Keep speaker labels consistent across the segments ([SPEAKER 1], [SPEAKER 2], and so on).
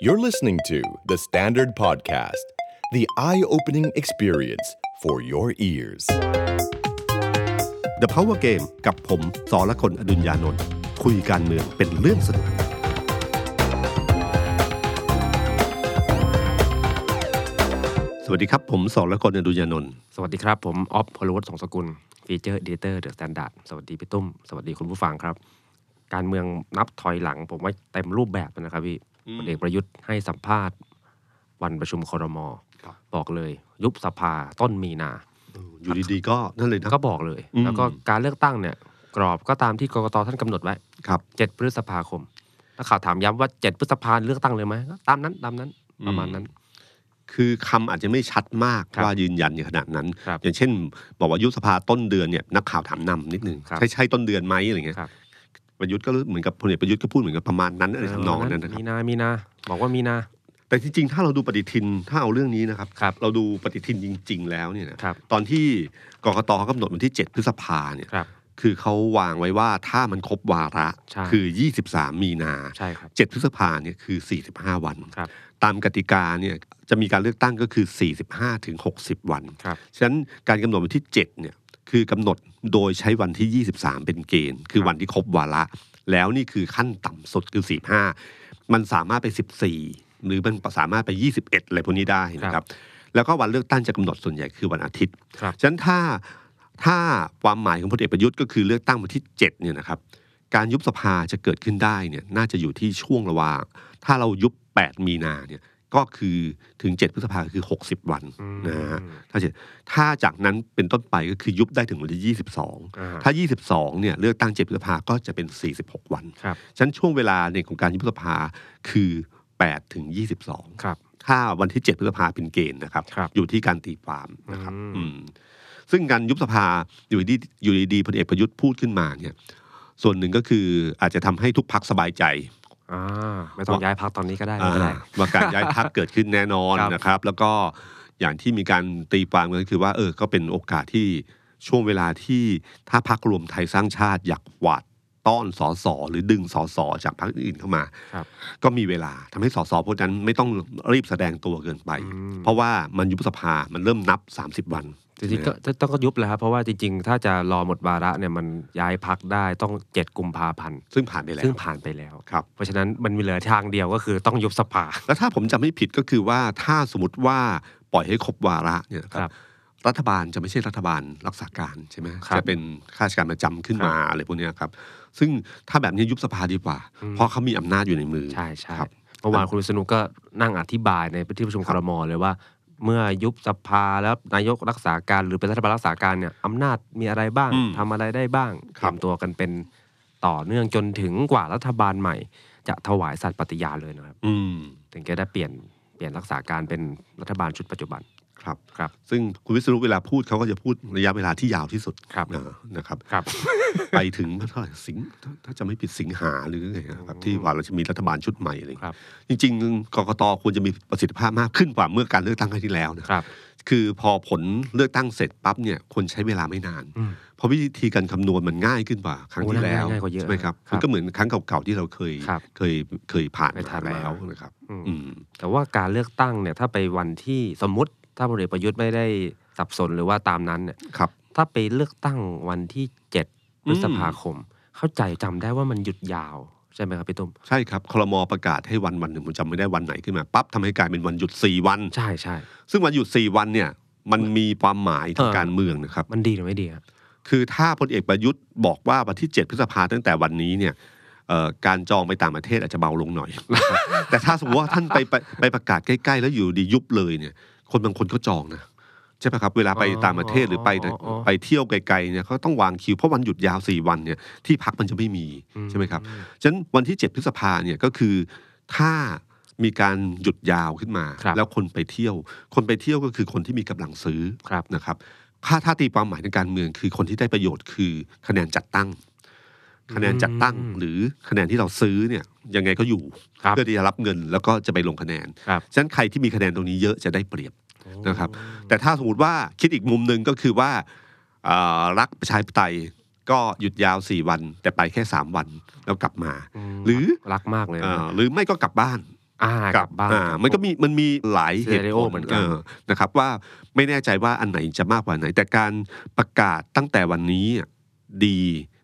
[SPEAKER 1] You're listening to The Standard Podcast, the eye opening experience for your ears.
[SPEAKER 2] The Power Game กับผมสอละคนอดุญญานนท์คุยการเมืองเป็นเรื่องสนุก สวัสดีครับ ผมสอละคนอดุญญานนท์
[SPEAKER 3] สวัสดีครับ ผมออฟพลวัตสงสกุลฟีเจอร์ดีเตอร์เดอะสแตนดาร์ดสวัสดีพี่ตุ้ม สวัสดีคุณผู้ฟังครับ การเมืองนับถอยหลัง ผมว่าเต็มรูปแบบแล้วนะครับพี่พลเอกประยุทธ์ให้สัมภาษณ์ วันประชุมคอรมอบอกเลย ยุบสภาต้นมีนา
[SPEAKER 2] อยู่ดีๆก็นั่นเลยนะ
[SPEAKER 3] ก็บอกเลย
[SPEAKER 2] อืม
[SPEAKER 3] แล้วก็การเลือกตั้งเนี่ย กรอบก็ตามที่กกตท่านกำหนดไว้
[SPEAKER 2] ครับ
[SPEAKER 3] 7 พฤษภาคมนักข่าวถามย้ำว่า 7 พฤษภาเลือกตั้งเลยไหมก็ตามนั้นตามนั้นประมาณนั้น
[SPEAKER 2] คือคำอาจจะไม่ชัดมาก
[SPEAKER 3] ครับ
[SPEAKER 2] ว่ายืนยันอย่างขนาดนั้น
[SPEAKER 3] ครับ
[SPEAKER 2] อย่างเช่น บอกว่ายุบสภาต้นเดือนเนี่ยนักข่าวถามนำนิดนึง
[SPEAKER 3] ครับ
[SPEAKER 2] ใช่ใช่ต้นเดือนไหมอะไรเงี้ย
[SPEAKER 3] ครับ
[SPEAKER 2] ประยุทธ์ก็รู้เหมือนกับพลเอกประยุทธ์ก็พูดเหมือนกับประมาณนั้นอะไรทำนองนั้นนะครับ
[SPEAKER 3] มีนามีนาบอกว่ามีนา
[SPEAKER 2] แต่ที่จริงถ้าเราดูปฏิทินถ้าเอาเรื่องนี้นะครับ
[SPEAKER 3] ครับ
[SPEAKER 2] เราดูปฏิทินจริง ๆ แล้วเนี่ยนะครับ ตอนที่กกตเขากำหนดวันที่ 7 พฤษภาเนี่ย
[SPEAKER 3] ครับ
[SPEAKER 2] คือเขาวางไว้ว่าถ้ามันครบวาระ
[SPEAKER 3] ใช่
[SPEAKER 2] คือ 23 มีนา
[SPEAKER 3] ใช่ครับ
[SPEAKER 2] 7พฤษภาเนี่ยคือ 45 วัน
[SPEAKER 3] ครับ
[SPEAKER 2] ตามกติกาเนี่ยจะมีการเลือกตั้งก็คือ 45ถึง60 วัน
[SPEAKER 3] ครับ
[SPEAKER 2] ฉะนั้นการกำหนดวันที่ 7 เนี่ยคือกำหนดโดยใช้วันที่ 23 เป็นเกณฑ์ คือวันที่ครบวาระ แล้วนี่คือขั้นต่ำสุดคือ 45 มันสามารถไป 14 หรือมันสามารถไป 21 อะไรพวกนี้ได้นะค
[SPEAKER 3] ครั
[SPEAKER 2] รับ
[SPEAKER 3] บ
[SPEAKER 2] แล้วก็วันเลือกตั้งจะกำหนดส่วนใหญ่คือวันอาทิตย์
[SPEAKER 3] ครับ
[SPEAKER 2] ฉะนั้นถ้าถ้าความหมายของพลเอกประยุทธ์ก็คือเลือกตั้งวันที่ 7 เนี่ยนะครับ การยุบสภาจะเกิดขึ้นได้เนี่ยน่าจะอยู่ที่ช่วงระหว่างถ้าเรายุบ 8 มีนาเนี่ยก็คือถึง 7 พฤษภาคือ 60 วัน
[SPEAKER 3] อืม
[SPEAKER 2] นะฮะถ้าเจ็ดถ้าจากนั้นเป็นต้นไปก็คือยุบได้ถึงวันที่
[SPEAKER 3] อ่
[SPEAKER 2] 22 ถ้า 22 เนี่ยเลือกตั้ง 7 พฤษภาก็จะเป็น 46 วัน
[SPEAKER 3] ครับ
[SPEAKER 2] ฉะนั้นช่วงเวลาในยของการยุบสภาคือ 8 ถึง
[SPEAKER 3] ครับ
[SPEAKER 2] 22 ถ้าวันที่ 7 พฤษภาเป็นเกณฑ์นะครับ
[SPEAKER 3] ครับ
[SPEAKER 2] อยู่ที่การตีความนะครับ
[SPEAKER 3] อืม
[SPEAKER 2] อืมซึ่งการยุบสภาอยู่ดีอยู่ดีๆพลเอกประยุทธ์พูดขึ้นมาเนี่ย ส่วนหนึ่งก็คืออาจจะทำให้ทุกพักสบายใจ
[SPEAKER 3] อ่าไม่ต้องย้ายพักตอนนี้ก็ได้ไม่เป็นไร
[SPEAKER 2] อ่าว่าการย้ายพักเกิดขึ้นแน่นอน
[SPEAKER 3] ครับ
[SPEAKER 2] นะครับ แล้วก็อย่างที่มีการตีความกันก็คือว่าเออก็เป็นโอกาสที่ช่วงเวลาที่ถ้าพักรวมไทยสร้างชาติอยากหวาดต้อนสอสอหรือดึงสอสอจากพรรคอื่นเข้ามา
[SPEAKER 3] ครับ
[SPEAKER 2] ก็มีเวลาทำให้สสพวกนั้นไม่ต้องรีบแสดงตัวเกินไป
[SPEAKER 3] อืม
[SPEAKER 2] เพราะว่ามันยุบสภามันเริ่มนับ 30 วัน
[SPEAKER 3] จริงๆก็ก็ต้องก็ยุบแล้วครับเพราะว่าจริงๆ ถ้าจะรอหมดวาระเนี่ยมันย้ายพักได้ต้องเจ็ดกุมภาพันธ์
[SPEAKER 2] ซึ่งผ่านไปแล้ว
[SPEAKER 3] ซึ่งผ่านไปแล้ว
[SPEAKER 2] ครับ
[SPEAKER 3] เพราะฉะนั้นมันมีเหลือทางเดียวก็คือต้องยุบสภา
[SPEAKER 2] แล้วถ้าผมจำไม่ผิดก็คือว่าถ้าสมมติว่าปล่อยให้ครบวาระเนี่ยนะค
[SPEAKER 3] ครั
[SPEAKER 2] รับบ รัฐบาลจะไม่ใช่รัฐบาลรักษาการใช่ไหม
[SPEAKER 3] ครับ
[SPEAKER 2] จะเป็นข้าราชการประจำขึ้นมาอะไรพวกเนี้ยครับ ซึ่งถ้าแบบนี้ยุบสภาดีกว่า
[SPEAKER 3] อืม
[SPEAKER 2] เพราะเขามีอำนาจอยู่ในมือ
[SPEAKER 3] ใช่ใช่
[SPEAKER 2] ครับ
[SPEAKER 3] เมื่อวานคุณวิษณุก็นั่งอธิบายในที่ประชุม
[SPEAKER 2] ค
[SPEAKER 3] ครับ รมเลยว่า เมื่อยุบสภาแล้วนายกรักษาการหรือเป็นรัฐบาลรักษาการเนี่ยอำนาจมีอะไรบ้างทำอะไรได้บ้างเตรียมตัวกันเป็นต่อเนื่องจนถึงกว่ารัฐบาลใหม่ จะถวายสัตย์ปฏิญาณเลยนะครับ
[SPEAKER 2] อืม
[SPEAKER 3] ถึงจะได้เปลี่ยนเปลี่ยนรักษาการเป็นรัฐบาลชุดปัจจุบัน
[SPEAKER 2] ครับ
[SPEAKER 3] ครับ
[SPEAKER 2] ซึ่งคุณวิศนุเวลาพูดเขาก็จะพูดระยะเวลาที่ยาวที่สุด
[SPEAKER 3] ครับ
[SPEAKER 2] เออนะครับ
[SPEAKER 3] ครับ
[SPEAKER 2] ไปถึงเท่าไหร่สิงถ้าถ้าจะไม่ผิดสิงหาหรือไงนะครับ ที่ว่าเราจะมีรัฐบาลชุดใหม่อะไรอย่าง
[SPEAKER 3] ค
[SPEAKER 2] เงี้ย
[SPEAKER 3] รับ
[SPEAKER 2] จริงๆกกตควรจะมีประสิทธิภาพมากขึ้นกว่าเมื่อการเลือกตั้งครั้งที่แล้วนะ
[SPEAKER 3] ครับ
[SPEAKER 2] คือพอผลเลือกตั้งเสร็จปั๊บเนี่ยคนใช้เวลาไม่นาน
[SPEAKER 3] อืม
[SPEAKER 2] เพราะวิธีการคำนวณมันง่ายขึ้นกว่าครั้ง
[SPEAKER 3] โอ้
[SPEAKER 2] ที่แล้ว
[SPEAKER 3] ง่ายกว่าเยอะ
[SPEAKER 2] ใช่ไหมครับ
[SPEAKER 3] ครับ
[SPEAKER 2] มันก็เหมือนครั้งเก่าๆที่เราเคย
[SPEAKER 3] ครับ
[SPEAKER 2] เคยเคยผ่าน
[SPEAKER 3] ไม่ทั
[SPEAKER 2] มาน
[SPEAKER 3] มา
[SPEAKER 2] แล้วนะครับ
[SPEAKER 3] อืม
[SPEAKER 2] อืม
[SPEAKER 3] แต่ว่าการเลือกตั้งเนี่ยถ้าไปวันที่สมมติถ้าพลเอกประยุทธ์ไม่ได้สับสนหรือว่าตามนั้นเนี่ย
[SPEAKER 2] ครับ
[SPEAKER 3] ถ้าไปเลือกตั้งวันที่เจ็ด
[SPEAKER 2] อืม
[SPEAKER 3] พฤษภาคม เข้าใจจำได้ว่ามันหยุดยาวใช่ไหมครับพี่ตุ้ม
[SPEAKER 2] ใช่ครับคลมประกาศให้วันวันหนึ่งผมจำไม่ได้วันไหนขึ้นมาปั๊บทำให้กลายเป็นวันหยุด 4 วัน
[SPEAKER 3] ใช่ใช่
[SPEAKER 2] ซึ่งวันหยุด 4 วันเนี่ยมันมีความหมายทางการเมืองนะครับ
[SPEAKER 3] มันดีหรือไม่ดีครับ
[SPEAKER 2] คือถ้าพลเอกประยุทธ์บอกว่าวันที่ 7 พฤษภาตั้งแต่วันนี้เนี่ยเอ่อการจองไปต่างประเทศอาจจะเบาลงหน่อย แต่ถ้าสมมติว่าท่านไปไปไปประกาศใกล้ ๆ แล้วอยู่ดียุบเลยเนี่ย คนบางคนก็จองนะใช่ไหมครับเวลาไป
[SPEAKER 3] อ๋อ
[SPEAKER 2] ต่างประเทศหรือไป
[SPEAKER 3] อ๋ออ๋อ
[SPEAKER 2] ไปเที่ยวไกลๆเนี่ยเขาต้องวางคิวเพราะวันหยุดยาว 4 วันเนี่ยที่พักมันจะไม่มีใช่ไหมครับฉะนั้นวันที่ 7 พฤษภาเนี่ยก็คือถ้ามีการหยุดยาวขึ้นมา
[SPEAKER 3] ครับ
[SPEAKER 2] แล้วคนไปเที่ยว คนไปเที่ยวก็คือคนที่มีกำลังซื้อ
[SPEAKER 3] ครับ
[SPEAKER 2] นะครับค่าถ้าตีความหมายในการเมืองคือคนที่ได้ประโยชน์คือคะแนนจัดตั้ง คะแนนจัดตั้ง
[SPEAKER 3] อืม
[SPEAKER 2] หรือคะแนนที่เราซื้อเนี่ยยังไงก็อยู่
[SPEAKER 3] ครับ
[SPEAKER 2] เพื่อที่จะรับเงินแล้วก็จะไปลงคะแนน
[SPEAKER 3] ครับ
[SPEAKER 2] ฉะนั้นใครที่มีคะแนนตรงนี้เยอะจะได้เปรียบนะครับ แต่ถ้าสมมติว่าคิดอีกมุมหนึ่งก็คือว่าอ่ารักประชาธิปไตยก็หยุดยาว 4 วัน แต่ไปแค่ 3 วันแล้วกลับมา
[SPEAKER 3] อืม
[SPEAKER 2] หรือ
[SPEAKER 3] รักมากเลยนะ
[SPEAKER 2] อ่าหรือไม่ก็กลับบ้าน
[SPEAKER 3] อ่า
[SPEAKER 2] กั
[SPEAKER 3] กลับบ้าน
[SPEAKER 2] อ่
[SPEAKER 3] ครับ
[SPEAKER 2] มันก็มีมันมีหลายเหตุผ
[SPEAKER 3] Scenario
[SPEAKER 2] ล
[SPEAKER 3] เหมือนกัน
[SPEAKER 2] นะครับว่าไม่แน่ใจว่าอันไหนจะมากกว่าไหน แต่การประกาศตั้งแต่วันนี้อ่ะดี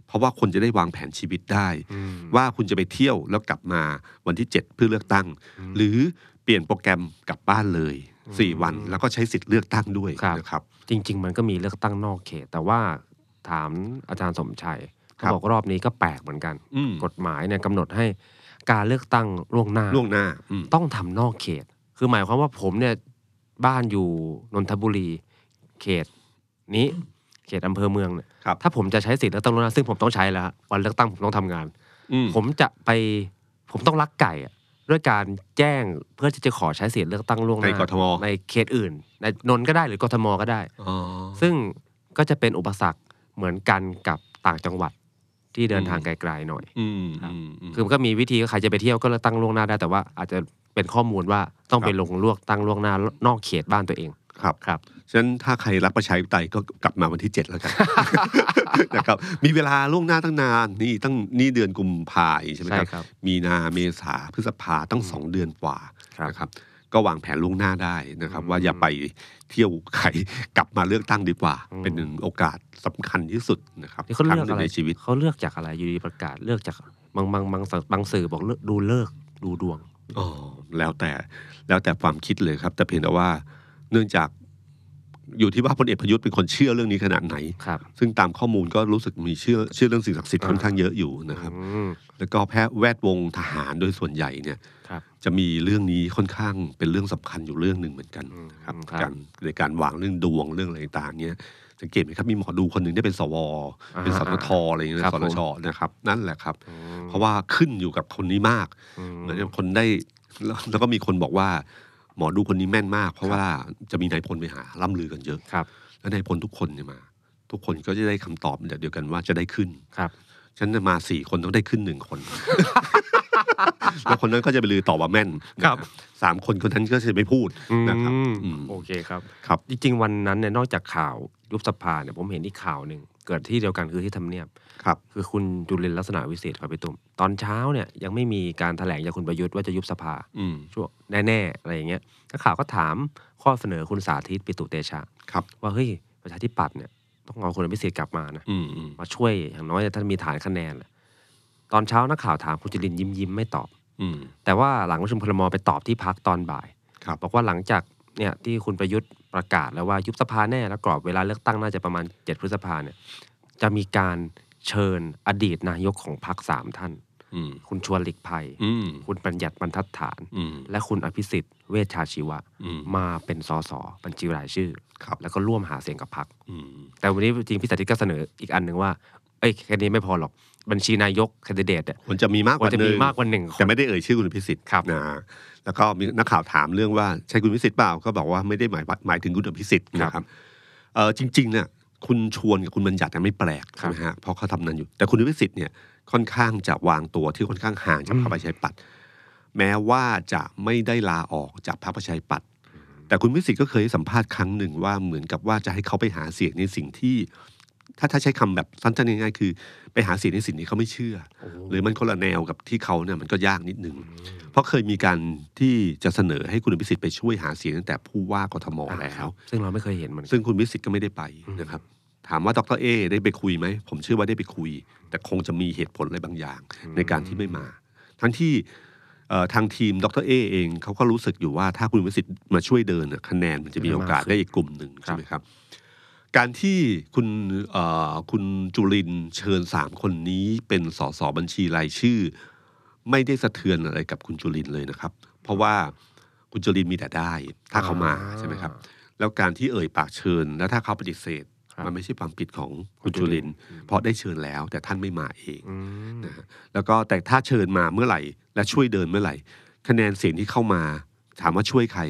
[SPEAKER 2] เพราะว่าคนจะได้วางแผนชีวิตได้
[SPEAKER 3] อืม
[SPEAKER 2] ว่าคุณจะไปเที่ยวแล้วกลับมาวันที่ 7 เพื่อเลือกตั้ง
[SPEAKER 3] อืม
[SPEAKER 2] หรือเปลี่ยนโปรแกรมกลับบ้านเลย 4 วันแล้วก็ใช้สิทธิ์เลือกตั้งด้วย
[SPEAKER 3] ครับ
[SPEAKER 2] นะครับ
[SPEAKER 3] จริง ๆ มันก็มีเลือกตั้งนอกเขต แต่ว่าถามอาจารย์สมชัย
[SPEAKER 2] ครั
[SPEAKER 3] เขา
[SPEAKER 2] บ
[SPEAKER 3] บอกรอบนี้ก็แปลกเหมือนกัน
[SPEAKER 2] อืม
[SPEAKER 3] กฎหมายเนี่ยกำหนดให้การเลือกตั้งล่วงหน้า
[SPEAKER 2] ล่วงหน้าอืม
[SPEAKER 3] ต้องทำนอกเขต คือหมายความว่าผมเนี่ยบ้านอยู่นนทบุรี เขตนี้เขตอำเภอเมืองเนี่ย
[SPEAKER 2] ครับ
[SPEAKER 3] ถ้าผมจะใช้สิทธิ์เลือกตั้งล่วงหน้าซึ่งผมต้องใช้แล้วฮะวันเลือกตั้งผมต้องทำงาน
[SPEAKER 2] อืม
[SPEAKER 3] ผมจะไปผมต้องลักไก่อะด้วยการแจ้งเพื่อที่จะขอใช้สิทธิ์เลือกตั้งล่วงห
[SPEAKER 2] ใน
[SPEAKER 3] น้าก
[SPEAKER 2] ทม
[SPEAKER 3] ในเขตอื่นในนนท์ก็ได้หรือกทมก็ได้
[SPEAKER 2] อ๋อ
[SPEAKER 3] ซึ่งก็จะเป็นอุปสรรคเหมือนกันกับต่างจังหวัดที่เดินทาง
[SPEAKER 2] อืม
[SPEAKER 3] ไกลๆหน่อย
[SPEAKER 2] อืม
[SPEAKER 3] ครับ
[SPEAKER 2] อืมม
[SPEAKER 3] คือมันก็มีวิธีก็ใครจะไปเที่ยวก็เลือกตั้งล่วงหน้าได้แต่ว่าอาจจะเป็นข้อมูลว่าต้องไป
[SPEAKER 2] ครับ
[SPEAKER 3] ลงเลือกตั้งล่วงหน้านอกเขตบ้านตัวเอง
[SPEAKER 2] ครับ
[SPEAKER 3] ครับ
[SPEAKER 2] ฉะนั้นถ้าใครรักประชาธิปไตยก็กลับมาวันที่ 7 แล้วกัน นะครับมีเวลาล่วงหน้าตั้งนานนี่ตั้งนี่เดือนกุมภาอีกใช่ไหมครับ
[SPEAKER 3] ใช่ครับ
[SPEAKER 2] มีนาเมษาพฤษภาตั้งสองเดือนกว่า
[SPEAKER 3] ครับ
[SPEAKER 2] นะครับก็วางแผนล่วงหน้าได้นะครับ ว่าอย่าไปเที่ยวไข่กลับมาเลือกตั้งดีกว่า เป็นหนึ่งโอกาสสำคัญที่สุดนะครับ
[SPEAKER 3] นี่เขาเลือก
[SPEAKER 2] ครั้งห
[SPEAKER 3] อะ
[SPEAKER 2] นึ่ง
[SPEAKER 3] ไร
[SPEAKER 2] ในชีวิต
[SPEAKER 3] เขาเลือกจากอะไรอยู่ดีประกาศเลือกจากบางบางบางบางสื่อบอกเลือกดูเลิกษ์ดูดวง
[SPEAKER 2] อ๋อแล้วแต่แล้วแต่ความคิดเลยครับ แต่เพียงแต่ว่าเนื่องจากอยู่ที่ว่าพลเอกประยุทธ์เป็นคนเชื่อเรื่องนี้ขนาดไหน
[SPEAKER 3] ครับ
[SPEAKER 2] ซึ่งตามข้อมูลก็รู้สึกมีเชื่อเชื่อเรื่องสิ่งศักดิ์สิทธิ์
[SPEAKER 3] อ่า
[SPEAKER 2] ค่อนข้างเยอะอยู่นะครับ
[SPEAKER 3] อืม
[SPEAKER 2] แล้วก็แพทย์แวดวงทหารโดยส่วนใหญ่เนี่ย
[SPEAKER 3] ครับ
[SPEAKER 2] จะมีเรื่องนี้ค่อนข้างเป็นเรื่องสำคัญอยู่เรื่องหนึ่งเหมือนกันนะครับ
[SPEAKER 3] อืมครับ
[SPEAKER 2] การในการวางเรื่องดวงเรื่องอะไรต่างๆเนี่ยสังเกตไหมครับมีหมอดูคนหนึ่งได้เป็นสว
[SPEAKER 3] อ่า
[SPEAKER 2] เป็นสนทอะไรอย่างเงี้ย
[SPEAKER 3] ครับ
[SPEAKER 2] ส
[SPEAKER 3] ผม
[SPEAKER 2] นชนะครับนั่นแหละครับ เพราะว่าขึ้นอยู่กับคนนี้มาก
[SPEAKER 3] อืม
[SPEAKER 2] เหมือนกับคนได้แล้วแล้วก็มีคนบอกว่า หมอดูคนนี้แม่นมาก เพราะว่าจะมีนายพลไปหาล่ำลือกันเยอะ
[SPEAKER 3] ครับ
[SPEAKER 2] แล้วนายพลทุกคนเนี่ยมา ทุกคนก็จะได้คำตอบแบบเดียวกันว่าจะได้ขึ้น
[SPEAKER 3] ครับ
[SPEAKER 2] ฉันจะมาสี่คนต้องได้ขึ้นหนึ่งคน แล้วคนนั้นก็จะไปลือต่อว่าแม่น
[SPEAKER 3] ครับ
[SPEAKER 2] นะสามคนคนนั้นก็จะไม่พูดนะครับ
[SPEAKER 3] อืม
[SPEAKER 2] อืม
[SPEAKER 3] โอเคครับ
[SPEAKER 2] ครับ
[SPEAKER 3] จริงๆวันนั้นเนี่ยนอกจากข่าวยุบสภาเนี่ยผมเห็นอีกข่าวหนึ่งเกิดที่เดียวกันคือที่ทำเนียบ
[SPEAKER 2] ครับ
[SPEAKER 3] คือคุณจุลินลักษณะวิสิทธิ์ครับพี่ตุ้มตอนเช้าเนี่ยยังไม่มีการแถลงจากคุณประยุทธ์ว่าจะยุบสภา
[SPEAKER 2] อืม
[SPEAKER 3] ช่วงแน่ๆอะไรอย่างเงี้ยนักข่าวก็ถามข้อเสนอคุณสาธิตปิตุเตชะ
[SPEAKER 2] ครับ
[SPEAKER 3] ว่าเฮ้ยประชาธิปัตย์เนี่ยต้องเอาคุณอภิสิทธิ์กลับมานะ
[SPEAKER 2] อืมอืม
[SPEAKER 3] มาช่วยอย่างน้อยท่านมีฐานคะแนนแหละตอนเช้านักข่าวถามคุณจุลินยิ้มยิ้มๆไม่ตอบ
[SPEAKER 2] อืม
[SPEAKER 3] แต่ว่าหลังประชุมพลมไปตอบที่พักตอนบ่าย
[SPEAKER 2] ครับ
[SPEAKER 3] บอกว่าหลังจากเนี่ยที่คุณประยุทธ์ประกาศแล้วว่ายุบสภาแน่แล้วกรอบเวลาเลือกตั้งน่าจะประมาณ 7 พฤษภาเนี่ยจะมีการเชิญอดีตนายกของพรรคสามท่าน
[SPEAKER 2] อืม
[SPEAKER 3] คุณชวนหลีกภัย
[SPEAKER 2] อืม
[SPEAKER 3] คุณบัญญัติบรรทัดฐาน
[SPEAKER 2] อืม
[SPEAKER 3] และคุณอภิสิทธิ์เวชชาชีวะ
[SPEAKER 2] อืม
[SPEAKER 3] มาเป็นสสบัญชีรายชื่อ
[SPEAKER 2] ครับ
[SPEAKER 3] แล้วก็ร่วมหาเสียงกับพรรค
[SPEAKER 2] อืม
[SPEAKER 3] แต่วันนี้จริงพี่สาธิตก็เสนออีกอันหนึ่งว่าเอ้ยแค่นี้ไม่พอหรอกบัญชีนายกแคนดิเดตเนี่ย
[SPEAKER 2] มันจะมีมากก
[SPEAKER 3] ควร
[SPEAKER 2] ว่า
[SPEAKER 3] จะ
[SPEAKER 2] ห
[SPEAKER 3] มี
[SPEAKER 2] นึ่ง
[SPEAKER 3] มากกว่าหนึ่งค
[SPEAKER 2] แต่
[SPEAKER 3] น
[SPEAKER 2] ไม่ได้เอ่ยชื่อคุณพิสิทธิ์
[SPEAKER 3] ครับ
[SPEAKER 2] นะแล้วก็มีนักข่าวถามเรื่องว่าใช่คุณพิสิทธิ์เปล่าก็บอกว่าไม่ได้หมายหมายถึงคุณพิสิทธิ์
[SPEAKER 3] ครับ
[SPEAKER 2] นะครับเออจริงๆเนี่ยคุณชวนกับคุณบัญญัติเนี่ยไม่แปลก
[SPEAKER 3] ครั
[SPEAKER 2] ใช่
[SPEAKER 3] บ
[SPEAKER 2] ไหมฮะเพราะเขาทำนั้นอยู่ แต่คุณพิสิทธิ์เนี่ยค่อนข้างจะวางตัวที่ค่อนข้างห่างจากพรรคประชาธิปัตย์แม้ว่าจะไม่ได้ลาออกจากพรรคประชาธิปัตย์แต่คุณพิสิทธิ์ก็เคยให้สัมภาษณ์ครั้งหนึ่งว่าเหมือนกับว่าจะให้เขาไปหาเสียงในสิ่งที่ ถ้าถ้าใช้คำแบบสั้นๆง่ายๆคือ ไปหาเสียงในสิ่งที่เขาไม่เชื่อ
[SPEAKER 3] โอ้โห
[SPEAKER 2] หรือมันคนละแนวกับที่เขาเนี่ยมันก็ยากนิดนึง เพราะเคยมีการที่จะเสนอให้คุณอภิสิทธิ์ไปช่วยหาเสียงตั้งแต่ผู้ว่ากทม
[SPEAKER 3] อ่า
[SPEAKER 2] แล้ว
[SPEAKER 3] ซึ่งเราไม่เคยเห็นเหมือนกัน
[SPEAKER 2] ซึ่งคุณวิสิทธิ์ก็ไม่ได้ไปนะครับ ถามว่าดรเอได้ไปคุยไหม ผมเชื่อว่าได้ไปคุย แต่คงจะมีเหตุผลอะไรบางอย่าง ในการที่ไม่มา ทั้งที่เอ่อทางทีมดรเอเองเขาก็รู้สึกอยู่ว่าถ้าคุณวิสิทธิ์มาช่วยเดินน่ะคะแนนมันจะมีโอกาสได้อีกกลุ่มหนึ่งใช่ไหมครับ การที่คุณเอ่อคุณจุลินทร์เชิญสามคนนี้เป็นสสบัญชีรายชื่อ ไม่ได้สะเทือนอะไรกับคุณจุลินทร์เลยนะครับ เพราะว่าคุณจุลินทร์มีแต่ได้ถ้าเขามา
[SPEAKER 3] อ่า
[SPEAKER 2] ใช่ไหมครับ แล้วการที่เอ่ยปากเชิญ แล้วถ้าเขาปฏิเสธ
[SPEAKER 3] ครับ
[SPEAKER 2] มันไม่ใช่ความผิดของ
[SPEAKER 3] คุ
[SPEAKER 2] คุณ
[SPEAKER 3] ณจุ
[SPEAKER 2] จุ
[SPEAKER 3] ลิ
[SPEAKER 2] ลิน
[SPEAKER 3] น
[SPEAKER 2] ทร์เพราะได้เชิญแล้วแต่ท่านไม่มาเอง
[SPEAKER 3] อืม
[SPEAKER 2] นะฮะแล้วก็แต่ถ้าเชิญมาเมื่อไหร่ และช่วยเดินเมื่อไหร่ คะแนนเสียงที่เข้ามา ถามว่าช่วยใคร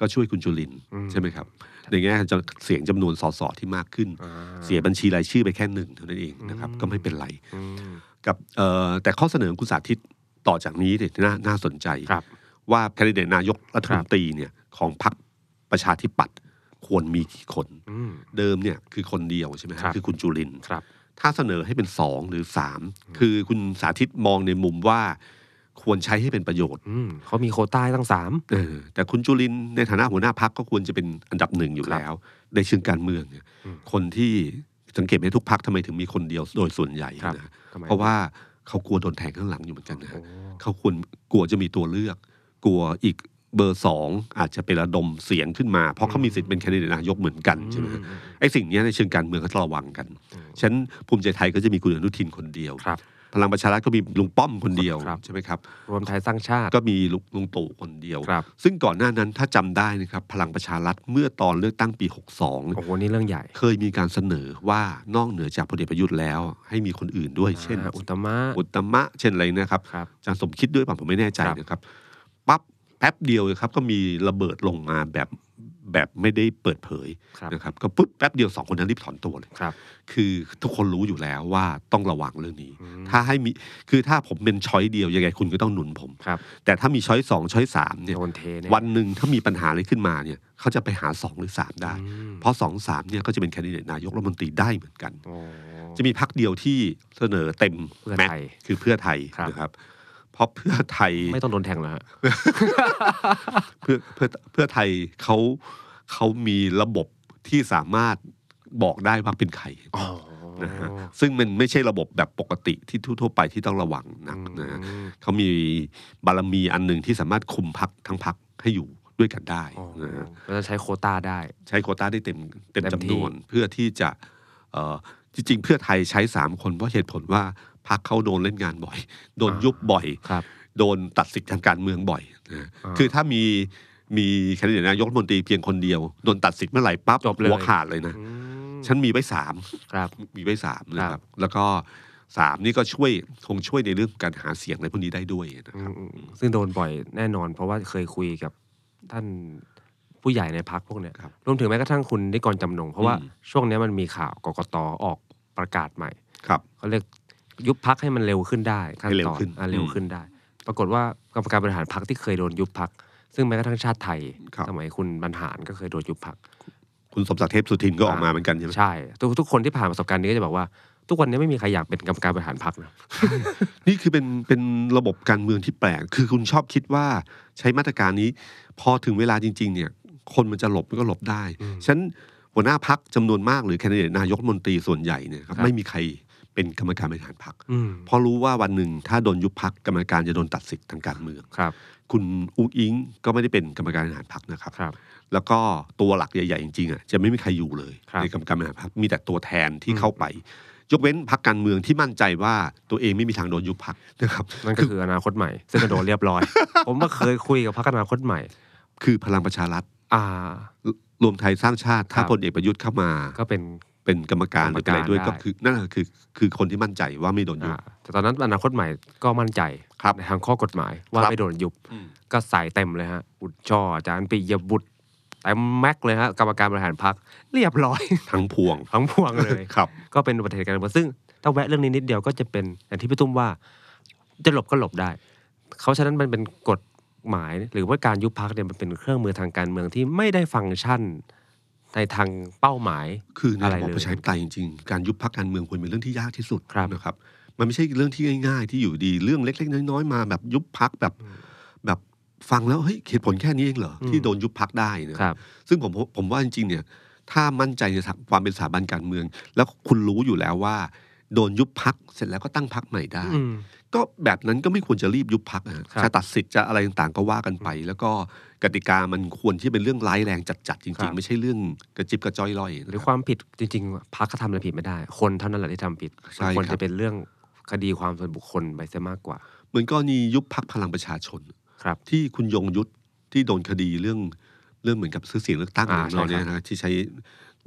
[SPEAKER 2] ก็ช่วยคุณจุลินทร์
[SPEAKER 3] อืม
[SPEAKER 2] ใช่ไหมครับในแง่จะเสียงจำนวนสสที่มากขึ้น
[SPEAKER 3] อ่า
[SPEAKER 2] เสียบัญชีรายชื่อไปแค่หนึ่งเท่านั้นเองนะครับ
[SPEAKER 3] อืม
[SPEAKER 2] ก็ไม่เป็นไร
[SPEAKER 3] อืม
[SPEAKER 2] กับเอ่อแต่ข้อเสนอของคุณสาธิตต่อจากนี้เนี่ยน่าน่าสนใจ
[SPEAKER 3] ครับ
[SPEAKER 2] ว่าแคนดิเดตนายกรัฐมนตรีเนี่ยของพรรคประชาธิปัตย์ควรมีกี่คน
[SPEAKER 3] อืม
[SPEAKER 2] เดิมเนี่ยคือคนเดียวใช่ไหมฮะ
[SPEAKER 3] ครับ
[SPEAKER 2] คือคุณจุลินทร์
[SPEAKER 3] ครับ
[SPEAKER 2] ถ้าเสนอให้เป็นสองหรือสามคือคุณสาธิตมองในมุมว่า ควรใช้ให้เป็นประโยชน์
[SPEAKER 3] อืมเขามีโควต้าตั้งสาม
[SPEAKER 2] เออแต่คุณจุลินทร์ในฐานะหัวหน้าพักก็ควรจะเป็นอันดับหนึ่งอยู่แล้ว ในเชิงการเมืองเนี่ย
[SPEAKER 3] อืม
[SPEAKER 2] คนที่สังเกตไหมทุกพักทำไมถึงมีคนเดียวโดยส่วนใหญ่
[SPEAKER 3] ครับ
[SPEAKER 2] นะ
[SPEAKER 3] ทำไม
[SPEAKER 2] เพราะว่าเขากลัวโดนแทงข้างหลังอยู่เหมือนกันนะ
[SPEAKER 3] โอ้
[SPEAKER 2] เขาควรกลัวจะมีตัวเลือก กลัวอีกเบอร์สองอาจจะไประดมเสียงขึ้นมา เพราะเขามีสิทธิ์เป็นแคนดิเดตนายกเหมือนกันใช่ไหมฮะไอ้สิ่งเนี้ยในเชิงการเมืองเขาต้องระวังกัน
[SPEAKER 3] อืม
[SPEAKER 2] ฉะนันภูมิใจไทยก็จะมีคุณอนุทินคนเดียว
[SPEAKER 3] ครับ
[SPEAKER 2] พลังประชารัฐก็มีลุงป้อมคนเดียว
[SPEAKER 3] ครับ
[SPEAKER 2] ใช่ไหมครับ
[SPEAKER 3] รวมไทยสร้างชาติ
[SPEAKER 2] ก็มีลุงลุงตู่คนเดียว
[SPEAKER 3] ครับ
[SPEAKER 2] ซึ่งก่อนหน้านั้นถ้าจำได้นะครับพลังประชารัฐเมื่อตอนเลือกตั้งปี 62
[SPEAKER 3] โอ้โหนี่เรื่องใหญ่
[SPEAKER 2] เคยมีการเสนอว่านอกเหนือจากพลเอกประยุทธ์แล้ว ให้มีคนอื่นด้วย เช่น
[SPEAKER 3] อ่าอุตมะ
[SPEAKER 2] อุตมะเช่นอะไรนะครับ
[SPEAKER 3] ครับ
[SPEAKER 2] อาจารย์สมคิดด้วยป่ะผมไม่แน่ใจ
[SPEAKER 3] ครับ
[SPEAKER 2] นะครับปั๊บแป๊บเดียวเลยครับ ก็มีระเบิดลงมาแบบแบบไม่ได้เปิดเผย
[SPEAKER 3] ครับ
[SPEAKER 2] นะครับ ก็ปุ๊บแป๊บเดียวสองคนนั้นรีบถอนตัวเลย
[SPEAKER 3] ครับ
[SPEAKER 2] คือทุกคนรู้อยู่แล้วว่าต้องระวังเรื่องนี้
[SPEAKER 3] อืม
[SPEAKER 2] ถ้าให้มีคือถ้าผมเป็นช้อยเดียวยังไงคุณก็ต้องหนุนผม
[SPEAKER 3] ครับ
[SPEAKER 2] แต่ถ้ามีช้อยสองช้อยสามเนี่ย
[SPEAKER 3] โดนเทแน่
[SPEAKER 2] วันหนึ่งถ้ามีปัญหาอะไรขึ้นมาเนี่ยเขาจะไปหาสองหรือสามได้
[SPEAKER 3] อืม
[SPEAKER 2] เพราะสองสามเนี่ยก็จะเป็นแคนดิเดตนายกรัฐมนตรีได้เหมือนกัน
[SPEAKER 3] โอ้
[SPEAKER 2] จะมีพักเดียวที่เสนอเต็ม
[SPEAKER 3] เพื่อ
[SPEAKER 2] แม็ก
[SPEAKER 3] ไทย
[SPEAKER 2] คือเพื่อไทย
[SPEAKER 3] ครับ
[SPEAKER 2] นะครับเพราะเพื่อไทย
[SPEAKER 3] ไม่ต้องโดนแทงแล้วฮะ
[SPEAKER 2] เพื่อเพื่อเพื่อไทยเขาเขามีระบบที่สามารถบอกได้ว่าเป็นใครนะฮะซึ่งมันไม่ใช่ระบบแบบปกติที่ทั่วๆไปที่ต้องระวังนักนะฮะ
[SPEAKER 3] อืม
[SPEAKER 2] เขามีบารมีอันหนึ่งที่สามารถคุมพักทั้งพักให้อยู่ด้วยกันได้
[SPEAKER 3] อ๋อ
[SPEAKER 2] นะฮะ
[SPEAKER 3] เราจะใช้โควต้าได้
[SPEAKER 2] ใช้โควต้าได้เต็มเต็ม
[SPEAKER 3] เต็ม
[SPEAKER 2] จำ
[SPEAKER 3] ที่
[SPEAKER 2] นวนเพื่อที่จะเอ่อจริงๆ เพื่อไทยใช้สามคนเพราะเหตุผลว่าพรรคเขาโดนเล่นงานบ่อย โดนยุบบ่อย
[SPEAKER 3] ครับ
[SPEAKER 2] โดนตัดสิทธิทางการเมืองบ่อยนะ
[SPEAKER 3] อ่า
[SPEAKER 2] คือถ้ามีมีแคนดิเดตนายกรัฐมนตรีเพียงคนเดียว โดนตัดสิทธิ์เมื่อไหร่ปั๊บ
[SPEAKER 3] จบเลย
[SPEAKER 2] หัวขาดเลยนะ
[SPEAKER 3] อืม
[SPEAKER 2] ฉันมีไว้สาม
[SPEAKER 3] ครับ
[SPEAKER 2] มีไว้สามนะค
[SPEAKER 3] ครั
[SPEAKER 2] รับ
[SPEAKER 3] บ
[SPEAKER 2] แล้วก็สามนี่ก็ช่วยคงช่วยในเรื่องการหาเสียงอะไรพวกนี้ได้ด้วยนะ
[SPEAKER 3] อื
[SPEAKER 2] ครับ
[SPEAKER 3] มอืมซึ่งโดนบ่อยแน่นอน เพราะว่าเคยคุยกับท่านผู้ใหญ่ในพักพวกเนี้ย
[SPEAKER 2] ครับ
[SPEAKER 3] รวมถึงแม้กระทั่งคุณนิกรจำนง เพราะว่า
[SPEAKER 2] อืม
[SPEAKER 3] ช่วงเนี้ยมันมีข่าวกกตออกประกาศใหม่
[SPEAKER 2] ครับ
[SPEAKER 3] เขาเรียกยุบพักให้มันเร็วขึ้นได้ขั้น
[SPEAKER 2] ให้เร็
[SPEAKER 3] ต
[SPEAKER 2] ว
[SPEAKER 3] อน
[SPEAKER 2] ขึ้น
[SPEAKER 3] อ่ะเร็ว
[SPEAKER 2] อืม
[SPEAKER 3] ขึ้นได้ ปรากฏว่ากรรมการบริหารพักที่เคยโดนยุบพัก ซึ่งแม้กระทั่งชาติไทย
[SPEAKER 2] ครับ
[SPEAKER 3] สมัยคุณบรรหารก็เคยโดนยุบพัก
[SPEAKER 2] คุณสมศักดิ์เทพสุทินก็ออกมาเหมือนกันใช่ไหม
[SPEAKER 3] ใช่ ทุกทุกคนที่ผ่านประสบการณ์นี้ก็จะบอกว่า ทุกวันนี้ไม่มีใครอยากเป็นกรรมการบริหารพักนะ
[SPEAKER 2] นี่คือเป็นเป็นระบบการเมืองที่แปลก คือคุณชอบคิดว่าใช้มาตรการนี้ พอถึงเวลาจริง ๆ เนี่ย คนมันจะหลบมันก็หลบได้
[SPEAKER 3] อืม
[SPEAKER 2] ฉะนันหัวหน้าพักจำนวนมากหรือแคนดิเดตนายกรัฐมนตรีส่วนใหญ่เนี่ยครับ
[SPEAKER 3] ครับ
[SPEAKER 2] ไม่มีใครเป็นกรรมการบริหารพัก
[SPEAKER 3] อืม
[SPEAKER 2] เพราะรู้ว่าวันหนึ่งถ้าโดนยุบพักกรรมการจะโดนตัดสิทธิ์ทางการเมือง
[SPEAKER 3] ครับ
[SPEAKER 2] คุณอุ้งอิงก็ไม่ได้เป็นกรรมการบริหารพักนะครับ
[SPEAKER 3] ครับ
[SPEAKER 2] แล้วก็ตัวหลักใหญ่ๆจริงๆอ่ะจะไม่มีใครอยู่เลย
[SPEAKER 3] ครับ
[SPEAKER 2] ในกรรมการบริหารพรรคมีแต่ตัวแทนที่
[SPEAKER 3] อืม
[SPEAKER 2] เข้าไป ยกเว้นพรรคการเมืองที่มั่นใจว่าตัวเองไม่มีทางโดนยุบพรรคนะครับ
[SPEAKER 3] นั่นก็คืออนาคต ใหม่ ซึ่งก็โดนเรียบร้อย ผมก็เคยคุยกับพักอนาคตใหม่
[SPEAKER 2] คือพลังประชารัฐ
[SPEAKER 3] อ่า
[SPEAKER 2] รวมไทยสร้างชาติ ถ้า
[SPEAKER 3] ครับ
[SPEAKER 2] พลเอกประยุทธ์เข้ามา
[SPEAKER 3] ก็เป็น
[SPEAKER 2] เป็นกรรมการห
[SPEAKER 3] กร
[SPEAKER 2] รือ
[SPEAKER 3] รม
[SPEAKER 2] เป็นอะไรด้วย
[SPEAKER 3] การ
[SPEAKER 2] ก็
[SPEAKER 3] ได้
[SPEAKER 2] คือนั่นก็คือคือคนที่มั่นใจว่าไม่โดนยุบ
[SPEAKER 3] อ่าแต่ตอนนั้นอนาคตใหม่ก็มั่นใจ
[SPEAKER 2] ครับ
[SPEAKER 3] ในทางข้อกฎหมาย ว่า
[SPEAKER 2] ครับ
[SPEAKER 3] ไม่โดนยุบ ก็ใส่เต็มเลยฮะ บุตรช่ออาจารย์ปิยบุตรเต็มแม็กเลยฮะ กรรมการบริหารพักเรียบร้อย
[SPEAKER 2] ทั้งพวง
[SPEAKER 3] ทั้งพวงเลย
[SPEAKER 2] ครับ
[SPEAKER 3] ก็เป็นอุบัติเหตุการณ์เมืองซึ่งถ้าแวะเรื่องนี้นิดเดียวก็จะเป็นอย่างที่พี่ตุ้มว่า จะหลบก็หลบได้ เขาฉะนั้นมันเป็นกฎหมายหรือว่าการยุบพักเนี่ยมันเป็นเครื่องมือทางการเมืองที่ไม่ได้ฟังก์ชันในทางเป้าหมาย
[SPEAKER 2] คือใน
[SPEAKER 3] อะไร
[SPEAKER 2] ระบอบ
[SPEAKER 3] เลย
[SPEAKER 2] ประชาธิปไตยจริงๆ การยุบพรรคการเมืองควรเป็นเรื่องที่ยากที่สุด
[SPEAKER 3] ครับ
[SPEAKER 2] นะครับ มันไม่ใช่เรื่องที่ง่ายๆ ที่อยู่ดีเรื่องเล็ก ๆ น้อยๆมาแบบยุบพรรคแบบแบบฟังแล้วเฮ้ยเหตุผลแค่นี้เองเหรอ
[SPEAKER 3] อืม
[SPEAKER 2] ที่โดนยุบพรรคได้นะครับ ซึ่งผมผมว่าจริงๆเนี่ยถ้ามั่นใจในสถาความเป็นสถาบันการเมือง แล้วคุณรู้อยู่แล้วว่า โดนยุบพักเสร็จแล้วก็ตั้งพักใหม่ได้
[SPEAKER 3] อืม
[SPEAKER 2] ก็แบบนั้นก็ไม่ควรจะรีบยุบพัก
[SPEAKER 3] ครับ
[SPEAKER 2] จะตัดสิทธิ์จะอะไรต่างๆก็ว่ากันไป แล้วก็กติกามันควรที่เป็นเรื่องร้ายแรงจัดๆจริง ๆ ไม่ใช่เรื่องกระจิบกระจ้อยร่อยนะ
[SPEAKER 3] หรือ
[SPEAKER 2] ค
[SPEAKER 3] ครับ วามผิดจริงๆพักก็ทำอะไรผิดไม่ได้ คนเท่านั้นแหละที่ทำผิด
[SPEAKER 2] ใช่
[SPEAKER 3] มันควร
[SPEAKER 2] ครับ
[SPEAKER 3] จะเป็นเรื่องคดีความส่วนบุคคลไปซะมากกว่า
[SPEAKER 2] เหมือนกรณียุบพักพลังประชาชน
[SPEAKER 3] ครับ
[SPEAKER 2] ที่คุณยงยุทธที่โดนคดีเรื่องเรื่องเหมือนกับซื้อเสียงเลือกตั้งข
[SPEAKER 3] อ่า
[SPEAKER 2] องเราเนี่ย
[SPEAKER 3] ใช่ครับ
[SPEAKER 2] นะที่ใช้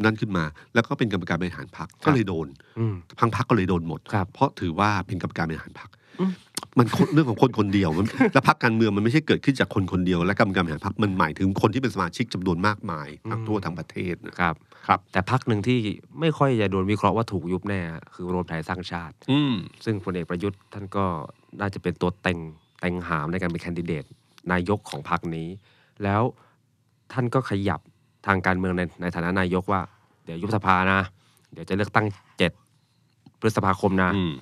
[SPEAKER 2] นั่นขึ้นมา แล้วก็เป็นกรรมการบริหารพัก
[SPEAKER 3] ครับ
[SPEAKER 2] ก็เลยโดน
[SPEAKER 3] อืม
[SPEAKER 2] พังพักก็เลยโดนหมด
[SPEAKER 3] ครับ
[SPEAKER 2] เพราะถือว่าเป็นกรรมการบริหารพัก
[SPEAKER 3] อืม
[SPEAKER 2] มันคนเรื่องของคนคนเดียวมัน และพักการเมืองมันไม่ใช่เกิดขึ้นจากคนคนเดียว และกรรมการบริหารพักมันหมายถึงคนที่เป็นสมาชิกจำนวนมากมายทั้งทั่วทั้งประเทศนะครับ
[SPEAKER 3] ครับ
[SPEAKER 2] ครับ
[SPEAKER 3] แต่พักหนึ่งที่ไม่ค่อยจะโดนวิเคราะห์ว่าถูกยุบแน่ฮะคือรวมไทยสร้างชาติ
[SPEAKER 2] อืม
[SPEAKER 3] ซึ่งพลเอกประยุทธ์ท่านก็น่าจะเป็นตัวเต็งเต็งหามในการเป็นแคนดิเดต นายกของพรรคนี้ แล้วท่านก็ขยับทางการเมืองในในฐานะนายกว่า เดี๋ยวยุบสภานะ เดี๋ยวจะเลือกตั้งเจ็ดพฤษภาคมนะ
[SPEAKER 2] อืม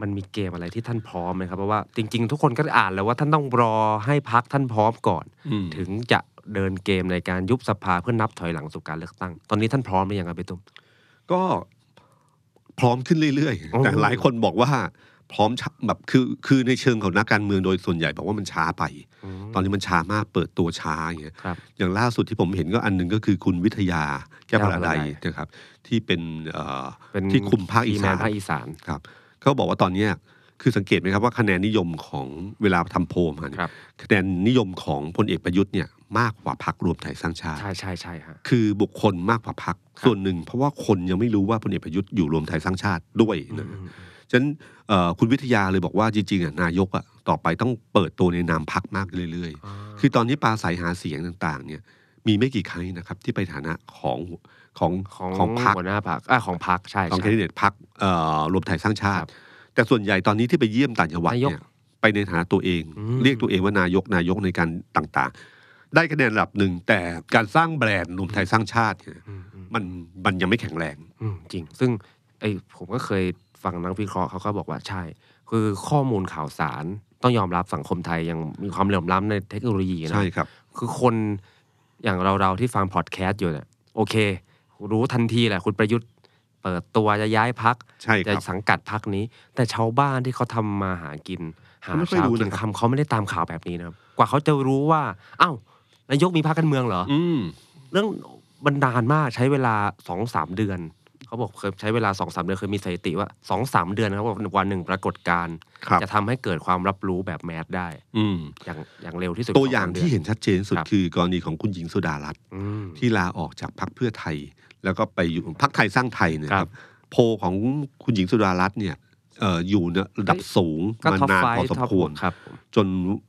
[SPEAKER 3] มันมีเกมอะไรที่ท่านพร้อมไหมครับ เพราะว่าจริง ๆ ทุกคนก็อ่านแล้วว่าท่านต้องรอให้พักท่านพร้อมก่อน ถึงจะเดินเกมในการยุบสภาเพื่อนับถอยหลังสู่การเลือกตั้ง ตอนนี้ท่านพร้อมหรือยังครับพี่ตุ้ม
[SPEAKER 2] ก็พร้อมขึ้นเรื่อย
[SPEAKER 3] โอ้
[SPEAKER 2] ๆ แต่หลายคนบอกว่าพร้อมช้าแบบคือคือในเชิงของนักการเมืองโดยส่วนใหญ่บอกว่ามันช้าไป ตอนนี้มันช้ามากเปิดตัวช้าอย่างเงี้ย
[SPEAKER 3] ครับ
[SPEAKER 2] อย่างล่าสุดที่ผมเห็นก็อันหนึงก็คือคุณวิทยาแก้วพระใด
[SPEAKER 3] แก้วพระใด
[SPEAKER 2] นะครับ ที่เป็นเอ่อ
[SPEAKER 3] เป็น
[SPEAKER 2] ที่คุมภาคอี
[SPEAKER 3] คีย์แม
[SPEAKER 2] สาน น
[SPEAKER 3] ภาคอีสาน
[SPEAKER 2] ครับเขาบอกว่าตอนเนี้ยคือสังเกตไหมครับว่าคะแนนนิยมของเวลาทำโพลมาเนี่ย
[SPEAKER 3] ครับ
[SPEAKER 2] คะแนนนิยมของพลเอกประยุทธ์เนี่ยมากกว่าพรรครวมไทยสร้างชาติ
[SPEAKER 3] ใช่ใช่ใช่ฮะ
[SPEAKER 2] คือบุคคลมากกว่าพัก
[SPEAKER 3] ครับ
[SPEAKER 2] ส่วนหนึ่ง เพราะว่าคนยังไม่รู้ว่าพลเอกประยุทธ์อยู่รวมไทยสร้างชาติด้วยนะฉะนั้นเอ่อคุณวิทยาเลยบอกว่าจริงๆอ่ะนายกอ่ะต่อไปต้องเปิดตัวในนามพักมากเรื่อย
[SPEAKER 3] อ่า
[SPEAKER 2] ๆ คือตอนนี้ปราศัยหาเสียงต่างๆเนี่ยมีไม่กี่ครั้งนะครับที่ไปฐานะของของ
[SPEAKER 3] ของ
[SPEAKER 2] ของพัก
[SPEAKER 3] หัวหน้าพักอ่าของพักใช่
[SPEAKER 2] ของแค
[SPEAKER 3] ใช่
[SPEAKER 2] นดิเดตพักรวมไทยสร้างชาติ
[SPEAKER 3] ครับ
[SPEAKER 2] แต่ส่วนใหญ่ตอนนี้ที่ไปเยี่ยมต่างจังหวัด
[SPEAKER 3] นายก
[SPEAKER 2] เนี่ยไปในฐานะตัวเอง
[SPEAKER 3] อืม
[SPEAKER 2] เรียกตัวเองว่านายกนายกในการต่างๆ ได้คะแนนระดับหนึ่งแต่การสร้างแบรนด์รวมไทยสร้างชาติเนี่ย
[SPEAKER 3] อืมอืม
[SPEAKER 2] มันมันยังไม่แข็งแรง
[SPEAKER 3] อืมจริง ซึ่งไอ้ผมก็เคยฟังนักวิเคราะห์เขาก็บอกว่าใช่ คือข้อมูลข่าวสารต้องยอมรับสังคมไทยยังมีความเหลื่อมล้ำในเทคโนโลยีนะ
[SPEAKER 2] ใช่ครับ
[SPEAKER 3] คือคนอย่างเราเราๆที่ฟังพอดแคสต์อยู่เนี่ยโอเค รู้ทันทีแหละคุณประยุทธ์เปิดตัวจะย้ายพัก
[SPEAKER 2] ใช่ค
[SPEAKER 3] จะ
[SPEAKER 2] รับ
[SPEAKER 3] สังกัดพักนี้ แต่ชาวบ้านที่เขาทำมาหากิน หา
[SPEAKER 2] เขาไม่ค่อย
[SPEAKER 3] เช้า
[SPEAKER 2] รู้
[SPEAKER 3] กิน
[SPEAKER 2] นะครับ
[SPEAKER 3] คำเขาไม่ได้ตามข่าวแบบนี้นะครับกว่าเขาจะรู้ว่าอ้าวนายกมีพรรคการเมืองเหรอ
[SPEAKER 2] อืม
[SPEAKER 3] เรื่องมันนานมากใช้เวลาสองสามเดือน เขาบอกเคยใช้เวลาสองสามเดือนเคยมีสถิติว่าสองสามเดือนนะครับว่าวันหนึ่งปรากฏการณ์
[SPEAKER 2] ครับ
[SPEAKER 3] จะทำให้เกิดความรับรู้แบบแมสได้
[SPEAKER 2] อืม
[SPEAKER 3] อย่างอย่างเร็วที่สุด
[SPEAKER 2] ตัวอย่างที่
[SPEAKER 3] สสมดืน
[SPEAKER 2] เห็นชัดเจนที่สุด
[SPEAKER 3] ครับ
[SPEAKER 2] คือกรณีของคุณหญิงสุดารัตน์
[SPEAKER 3] อืม
[SPEAKER 2] ที่ลาออกจากพรรคเพื่อไทย แล้วก็ไปอยู่พรรคไทยสร้างไทยเนยค
[SPEAKER 3] ครั
[SPEAKER 2] รั
[SPEAKER 3] บบ
[SPEAKER 2] โพลของคุณหญิงสุดารัตน์เนี่ยเอ่ออยู่ในระดับ
[SPEAKER 3] เอ้ย
[SPEAKER 2] สูง
[SPEAKER 3] ก็
[SPEAKER 2] มา
[SPEAKER 3] ท็อป
[SPEAKER 2] นาน
[SPEAKER 3] ไฟ
[SPEAKER 2] พอสม
[SPEAKER 3] ท็อป
[SPEAKER 2] ควร
[SPEAKER 3] ครับผม
[SPEAKER 2] จน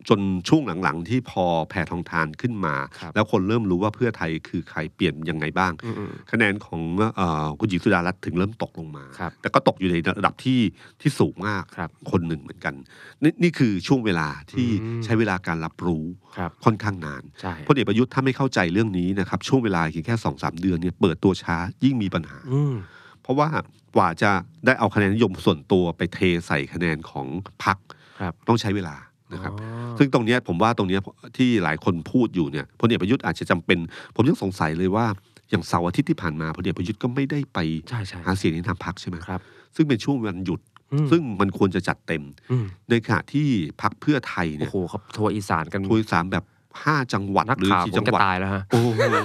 [SPEAKER 2] จนช่วงหลังๆ ที่พอแพทองทานขึ้นมา
[SPEAKER 3] ครับ
[SPEAKER 2] แล้วคนเริ่มรู้ว่าเพื่อไทยคือใครเปลี่ยนยังไงบ้าง
[SPEAKER 3] อืม
[SPEAKER 2] คะแนนของเออคุณหญิงสุดารัตน์ถึงเริ่มตกลงมา
[SPEAKER 3] ครับ
[SPEAKER 2] แต่ก็ตกอยู่ในระดับที่ที่สูงมาก
[SPEAKER 3] ครับ
[SPEAKER 2] คนหนึ่งเหมือนกันนนี่คือช่วงเวลาที่
[SPEAKER 3] อืม
[SPEAKER 2] ใช้เวลาการรับรู้
[SPEAKER 3] ๆครับ
[SPEAKER 2] ค่อนข้างนาน
[SPEAKER 3] ใช่
[SPEAKER 2] พลเอกประยุทธ์ถ้าไม่เข้าใจเรื่องนี้นะครับช่วงเวลาเพียงแค่สองสามเดือนเนี่ยเปิดตัวช้ายิ่งมีปัญหา
[SPEAKER 3] อืม
[SPEAKER 2] เพราะว่ากว่าจะได้เอาคะแนนนิยมส่วนตัวไปเทใส่คะแนนของพรรค
[SPEAKER 3] ครับ
[SPEAKER 2] ต้องใช้เวลานะครับ
[SPEAKER 3] อ๋อ
[SPEAKER 2] ซึ่งตรงเนี้ยผมว่าตรงเนี้ยที่หลายคนพูดอยู่เนี่ยพลเอกประยุทธ์อาจจะจำเป็น ผมยังสงสัยเลยว่าอย่างเสาร์อาทิตย์ที่ผ่านมาพลเอกประยุทธ์ก็ไม่ได้ไป
[SPEAKER 3] ใช่ใช่
[SPEAKER 2] หาเสียงในทางพักใช่ไหม
[SPEAKER 3] ครับ
[SPEAKER 2] ซึ่งเป็นช่วงวันหยุด
[SPEAKER 3] อืม
[SPEAKER 2] ซึ่งมันควรจะจัดเต็ม
[SPEAKER 3] อืม
[SPEAKER 2] ในขณะที่พักเพื่อไทย
[SPEAKER 3] โอ้
[SPEAKER 2] เนี่ย
[SPEAKER 3] โหครับทัวร์อีสานกัน
[SPEAKER 2] ทุยสามแบบห้าจังหวัด
[SPEAKER 3] นัก
[SPEAKER 2] หรือ
[SPEAKER 3] ข่าว
[SPEAKER 2] สี่
[SPEAKER 3] ค
[SPEAKER 2] จั
[SPEAKER 3] ง
[SPEAKER 2] ง
[SPEAKER 3] จะ
[SPEAKER 2] หวัด
[SPEAKER 3] ตายแล้วฮะ
[SPEAKER 2] โอ้โห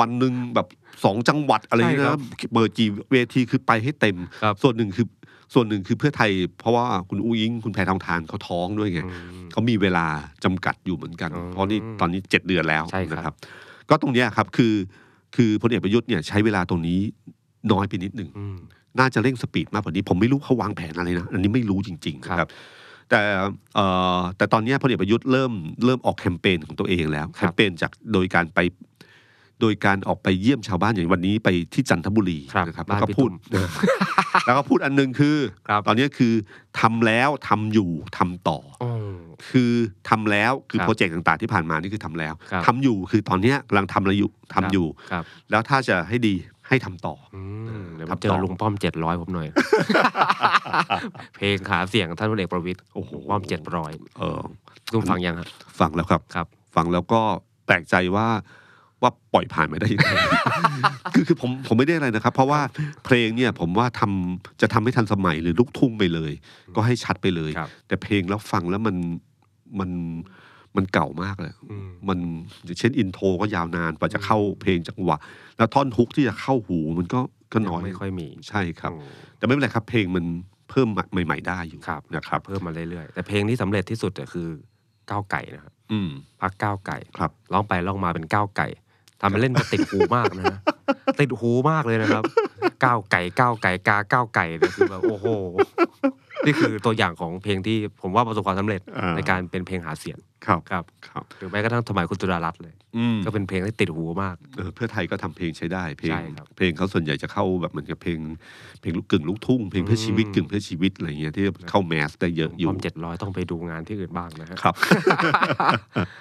[SPEAKER 2] วันหนึ่งแบบสองจังหวัดอะไร
[SPEAKER 3] ใช่ครั
[SPEAKER 2] นะ
[SPEAKER 3] บ
[SPEAKER 2] เบอร์จีเวทีคือไปให้เต็ม
[SPEAKER 3] ครับ
[SPEAKER 2] ส่วนหนึ่งคือส่วนหนึ่งคือเพื่อไทย เพราะว่าคุณอุ้งอิงคุณแพทองทานเขาท้องด้วยไง
[SPEAKER 3] อืม
[SPEAKER 2] เขามีเวลาจำกัดอยู่เหมือนกัน
[SPEAKER 3] อ๋อ
[SPEAKER 2] เพราะนี่ตอนนี้เจ็ดเดือนแล้ว
[SPEAKER 3] ใช่ครับ
[SPEAKER 2] นะครับ ก็ตรงเนี้ยครับคือคือพลเอกประยุทธ์เนี่ยใช้เวลาตรงนี้น้อยไปนิดหนึ่ง
[SPEAKER 3] อืม
[SPEAKER 2] น่าจะเร่งสปีดมากกว่านี้ ผมไม่รู้เขาวางแผนอะไรนะ อันนี้ไม่รู้จริงๆ
[SPEAKER 3] ครับ
[SPEAKER 2] นะครับ แต่เอ่อแต่ตอนเนี้ยพลเอกประยุทธ์เริ่มเริ่มออกแคมเปญของตัวเองแล้ว
[SPEAKER 3] ครั
[SPEAKER 2] แคม
[SPEAKER 3] บ
[SPEAKER 2] เปญจากโดยการไป โดยการออกไปเยี่ยมชาวบ้านอย่างวันนี้ไปที่จันทบุรี
[SPEAKER 3] ครับ
[SPEAKER 2] นะครับ
[SPEAKER 3] บ้า
[SPEAKER 2] แล้ว
[SPEAKER 3] น
[SPEAKER 2] ก็
[SPEAKER 3] พี่
[SPEAKER 2] พู
[SPEAKER 3] ตุ้
[SPEAKER 2] ด
[SPEAKER 3] ม
[SPEAKER 2] แล้วก็พูดอันหนึงคือ
[SPEAKER 3] ครับ
[SPEAKER 2] ตอนเนี้ยคือทำแล้วทำอยู่ทำต่อ
[SPEAKER 3] อืม
[SPEAKER 2] คือทำแล้วคือ
[SPEAKER 3] ครับ
[SPEAKER 2] โปรเจกต์ต่างๆที่ผ่านมานี่คือทำแล้ว
[SPEAKER 3] ครับ
[SPEAKER 2] ทำอยู่คือตอนเนี้ยกำลังทำอะไรอยู่ทำอยู่
[SPEAKER 3] ครับ
[SPEAKER 2] แล้วถ้าจะให้ดีให้ทำต่อ
[SPEAKER 3] อืมเดี๋ยวผ
[SPEAKER 2] ครั
[SPEAKER 3] ม
[SPEAKER 2] บ
[SPEAKER 3] เจ
[SPEAKER 2] ต่
[SPEAKER 3] อ
[SPEAKER 2] อ
[SPEAKER 3] ลุงป้อมเจ็ดร้อยผม หน่อย เพลงขาเสียงท่านพลเอกประวิตยลุงป้อมเจ็ดร้อย
[SPEAKER 2] เออ
[SPEAKER 3] ลุงฟังยังฮะ
[SPEAKER 2] ฟังแล้วครับ
[SPEAKER 3] ครับ
[SPEAKER 2] ฟังแล้วก็แปลกใจว่าว่าปล่อยผ่านไปได้ยัง ไง คือคือผมผมไม่ได้อะไรนะครับ เพราะว่าเพลงเนี่ยผมว่าทำจะทำให้ทันสมัยหรือลูกทุ่งไปเลย ก็ให้ชัดไปเลย
[SPEAKER 3] ครับ
[SPEAKER 2] แต่เพลงแล้วฟังแล้วมันมันมันเก่ามากเลย
[SPEAKER 3] อืม
[SPEAKER 2] มันอย่างเช่นอินโทรก็ยาวนานกว่าจะเข้าเพลงจังหวะ แล้วท่อนฮุกที่จะเข้าหูมันก็ก็น้อย
[SPEAKER 3] ยังไม่ค่อยมี
[SPEAKER 2] ใช่ครับ
[SPEAKER 3] อืม
[SPEAKER 2] แต่ไม่เป็นไรครับ เพลงมันเพิ่มใหม่ ๆ ได้อยู่
[SPEAKER 3] ครับ
[SPEAKER 2] นะครับ
[SPEAKER 3] เพิ่มมาเรื่อยๆ แต่เพลงที่สำเร็จที่สุดอะคือก้าวไก่นะครับ
[SPEAKER 2] อืม
[SPEAKER 3] พักก้าวไก่
[SPEAKER 2] ครับ
[SPEAKER 3] ร้องไปร้องมาเป็นก้าวไก่ทำเป็นเล่นมาติดหูมากนะฮะ ติดหูมากเลยนะครับก้าวไก่ก้าวไก่กาก้าวไก่เนี่ยคือแบบโอ้โหนี่คือตัวอย่างของเพลงที่ผมว่าประสบความสำเร็จ
[SPEAKER 2] อ่า
[SPEAKER 3] ในการเป็นเพลงหาเสียง
[SPEAKER 2] ครับ
[SPEAKER 3] ครับ
[SPEAKER 2] ครับ
[SPEAKER 3] หรือแม้กระทั่งสมัยคุณจุฬารัตน์เลย
[SPEAKER 2] อืม
[SPEAKER 3] ก็เป็นเพลงที่ติดหูมาก
[SPEAKER 2] เออเพื่อไทยก็ทำเพลงใช้ได้ เพลง
[SPEAKER 3] ใช่ครับ
[SPEAKER 2] เพลงเขาส่วนใหญ่จะเข้าแบบเหมือนกับเพลง เพลงลูกกึ่งลูกทุ่งเพลงเพื่อชีวิต
[SPEAKER 3] อืม
[SPEAKER 2] กึ่งเพื่อชีวิตอะไรเงี้ยที่เข้าแมสได้เยอะอยู่
[SPEAKER 3] ความเจ็ดร้อยต้องไปดูงานที่อื่นบ้างนะฮะ
[SPEAKER 2] ครับ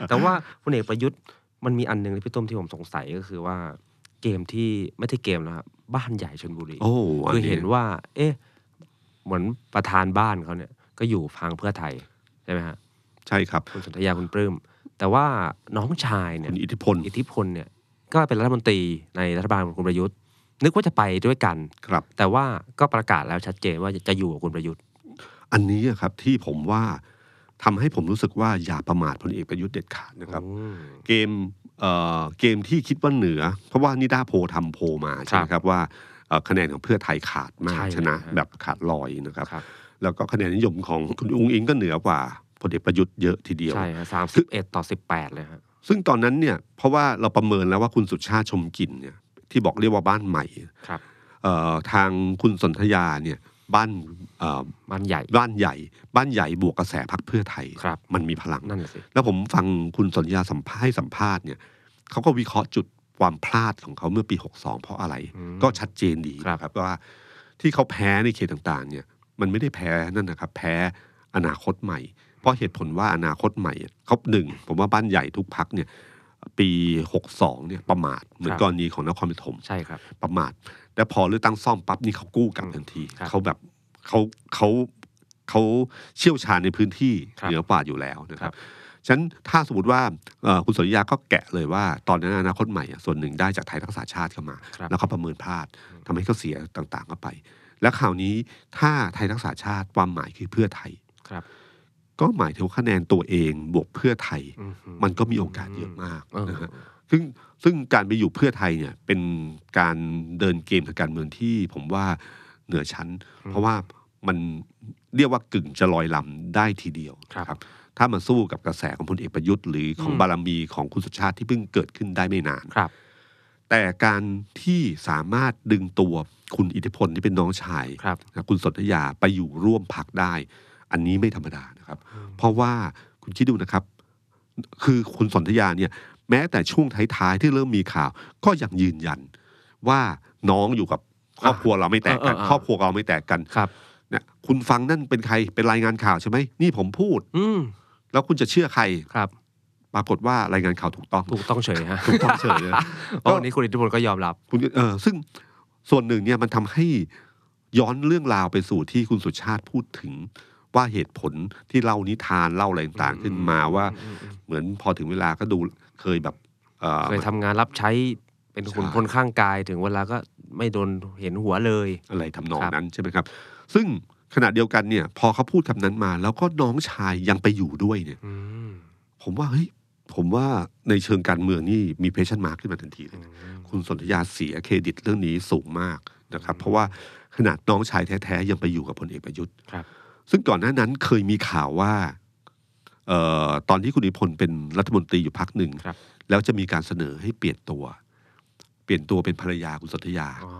[SPEAKER 3] แต่ว่าพลเอกประยุทธ์มันมีอันหนึ่งที่พี่ต้มที่ผมสงสัยก็คือว่า เกมที่ไม่ใช่เกมนะครับบ้านใหญ่ชนบุรี
[SPEAKER 2] โอ้อั
[SPEAKER 3] คื
[SPEAKER 2] น
[SPEAKER 3] อ
[SPEAKER 2] นี้
[SPEAKER 3] เห็นว่า เอ๊ะ เหมือนประธานบ้านเขาเนี่ย ก็อยู่พังเพื่อไทยใช่ไหมฮะ
[SPEAKER 2] ใช่ครับ
[SPEAKER 3] คุณสนธยาคุณปลื้มแต่ว่าน้องชายเนี่ย
[SPEAKER 2] คุณอิทธิพล
[SPEAKER 3] อิทธิพลเนี่ยก็เป็นรัฐมนตรีในรัฐบาลของคุณประยุทธ์ นึกว่าจะไปด้วยกัน
[SPEAKER 2] ครับ
[SPEAKER 3] แต่ว่าก็ประกาศแล้วชัดเจนว่าจะอยู่กับคุณประยุทธ์
[SPEAKER 2] อันนี้อะครับที่ผมว่าทำให้ผมรู้สึกว่าอย่าประมาทพลเอกประยุทธ์เด็ดขาดนะครับ เกมเอ่อเกมที่คิดว่าเหนือ เพราะว่านิดาโพลทำโพลมาใช่ไหมครับว่าเอ่อคะแนนของเพื่อไทยขาดมาก
[SPEAKER 3] ใช่
[SPEAKER 2] ชนะ
[SPEAKER 3] ครับ
[SPEAKER 2] แบบขาดลอยนะครับ
[SPEAKER 3] ครับ
[SPEAKER 2] แล้วก็คะแนนนิยมของคุณอุ้งอิงก็เหนือกว่าพลเอกประยุทธ์เยอะทีเดียว
[SPEAKER 3] ใช่ฮะสามสิบเอ็ดต่อสิบแปดเลยฮะ
[SPEAKER 2] ซึ่งตอนนั้นเนี่ยเพราะว่าเราประเมินแล้วว่าคุณสุชาติชมกลิ่นเนี่ยที่บอกเรียกว่าบ้านใหม่
[SPEAKER 3] ครับ
[SPEAKER 2] เอ่อทางคุณสนธยาเนี่ยบ้านเอ่อ
[SPEAKER 3] มันใหญ่
[SPEAKER 2] บ้านใหญ่ บ้านใหญ่บวกกระแสพักเพื่อไทย
[SPEAKER 3] ครับ
[SPEAKER 2] มันมีพลัง
[SPEAKER 3] นั่นน่ะสิ
[SPEAKER 2] แล้วผมฟังคุณสนธยาสัมภาษณ์ให้สัมภาษณ์เนี่ยเขาก็วิเคราะห์จุดความพลาดของเขาเมื่อปี 62 เพราะอะไร
[SPEAKER 3] อืม
[SPEAKER 2] ก็ชัดเจนดี
[SPEAKER 3] ครับ
[SPEAKER 2] ครับว่าที่เขาแพ้ในเขตต่างๆเนี่ยมันไม่ได้แพ้นั่นนะครับ แพ้อนาคตใหม่ เพราะเหตุผลว่าอนาคตใหม่เขาหนึ่งผมว่าบ้านใหญ่ทุกพักเนี่ยปี 62เนี่ยประมาทเหมือนกรณีของนครปฐม
[SPEAKER 3] ใช่ครับ
[SPEAKER 2] ประมาทแต่พอเลือกตั้งซ่อมปั๊บนี่เขากู้กลับทันที
[SPEAKER 3] ครับ
[SPEAKER 2] เขาแบบเขาเขาเขาเชี่ยวชาญในพื้นที่
[SPEAKER 3] ครับ
[SPEAKER 2] เหนือกว่าอยู่แล้วนะครั
[SPEAKER 3] ครับ บ
[SPEAKER 2] ฉะนั้นถ้าสมมติว่าเอ่อคุณสุริยาก็แกะเลยว่า ตอนนั้นอนาคตใหม่อ่ะส่วนหนึ่งได้จากไทยรักษาชาติเข้ามา
[SPEAKER 3] ครับ
[SPEAKER 2] แล้วเขาประเมินพลาดทำให้เขาเสียต่างๆเข้าไป และข่าวนี้ถ้าไทยรักษาชาติความหมายคือเพื่อไทย
[SPEAKER 3] ครับ
[SPEAKER 2] ก็หมายถึงว่าคะแนนตัวเองบวกเพื่อไทย
[SPEAKER 3] อืม
[SPEAKER 2] มันก็มีโอกาสเยอะมาก
[SPEAKER 3] เออ
[SPEAKER 2] นะฮะซึ่งซึ่งการไปอยู่เพื่อไทยเนี่ยเป็นการเดินเกมทางการเมืองที่ผมว่าเหนือชั้น เพราะว่ามันเรียกว่ากึ่งจะลอยลำได้ทีเดียว
[SPEAKER 3] ครับ
[SPEAKER 2] ครับ ถ้ามาสู้กับกระแสของพลเอกประยุทธ์หรือของบารมีของคุณสุชาติที่เพิ่งเกิดขึ้นได้ไม่นาน
[SPEAKER 3] ครับ
[SPEAKER 2] แต่การที่สามารถดึงตัวคุณอิทธิพลที่เป็นน้องชาย
[SPEAKER 3] ครับ
[SPEAKER 2] นะคุณสนธยาไปอยู่ร่วมพักได้ อันนี้ไม่ธรรมดานะครับ เพราะว่าคุณคิดดูนะครับ คือคุณสนธยาเนี่ย แม้แต่ช่วงท้ายๆที่เริ่มมีข่าว ก็ยังยืนยัน ว่าน้องอยู่กับครอบครัวเราไม่แตกกัน
[SPEAKER 3] เออเออเออ
[SPEAKER 2] ครอบครัวเราไม่แตกกัน
[SPEAKER 3] ครับ
[SPEAKER 2] เนี่ยคุณฟังนั่นเป็นใครเป็นรายงานข่าวใช่ไหมนี่ผมพูด
[SPEAKER 3] อืม
[SPEAKER 2] แล้วคุณจะเชื่อใคร
[SPEAKER 3] ครับ
[SPEAKER 2] ปรากฏว่ารายงานข่าวถูกต้อง
[SPEAKER 3] ถูกต้องเฉยฮะ
[SPEAKER 2] ถูกต้องเฉยเลย
[SPEAKER 3] โอ้วันนี้คุณอิทธิพลก็ยอมรับ
[SPEAKER 2] คุณเออซึ่งส่วนหนึ่งเนี่ยมันทำให้ย้อนเรื่องราวไปสู่ที่คุณสุชาติพูดถึง ว่าเหตุผลที่เล่านิทานเล่าอะไรต่างๆขึ้นมาว่า เหมือนพอถึงเวลาก็ดูเคยแบบเอ่อ
[SPEAKER 3] เคยทำงานรับใช้เป็นขุน
[SPEAKER 2] ใช่
[SPEAKER 3] พลข้างกายถึงเวลาก็ไม่โดนเห็นหัวเลย
[SPEAKER 2] อะไรทำนอง
[SPEAKER 3] ครับ
[SPEAKER 2] นั้นใช่ไหมครับ ซึ่งขณะเดียวกันเนี่ย พอเขาพูดคำนั้นมา แล้วก็น้องชายยังไปอยู่ด้วยเนี่ย
[SPEAKER 3] อืม
[SPEAKER 2] ผมว่าเฮ้ยผมว่าในเชิงการเมืองนี่มีเพชชั่นมาขึ้นมาทันทีเลยนะ คุณสนธยาเสียเครดิตเรื่องนี้สูงมากนะครับ เพราะว่าขนาดน้องชายแท้ ๆ ยังไปอยู่กับพลเอกประยุทธ์
[SPEAKER 3] ครับ
[SPEAKER 2] ซึ่งก่อนหน้านั้นเคยมีข่าวว่าเออตอนที่คุณอิทธิพลเป็นรัฐมนตรีอยู่พักหนึ่ง
[SPEAKER 3] ครับ
[SPEAKER 2] แล้วจะมีการเสนอให้เปลี่ยนตัว เปลี่ยนตัวเป็นภรรยาคุณสนธยา
[SPEAKER 3] อ๋อ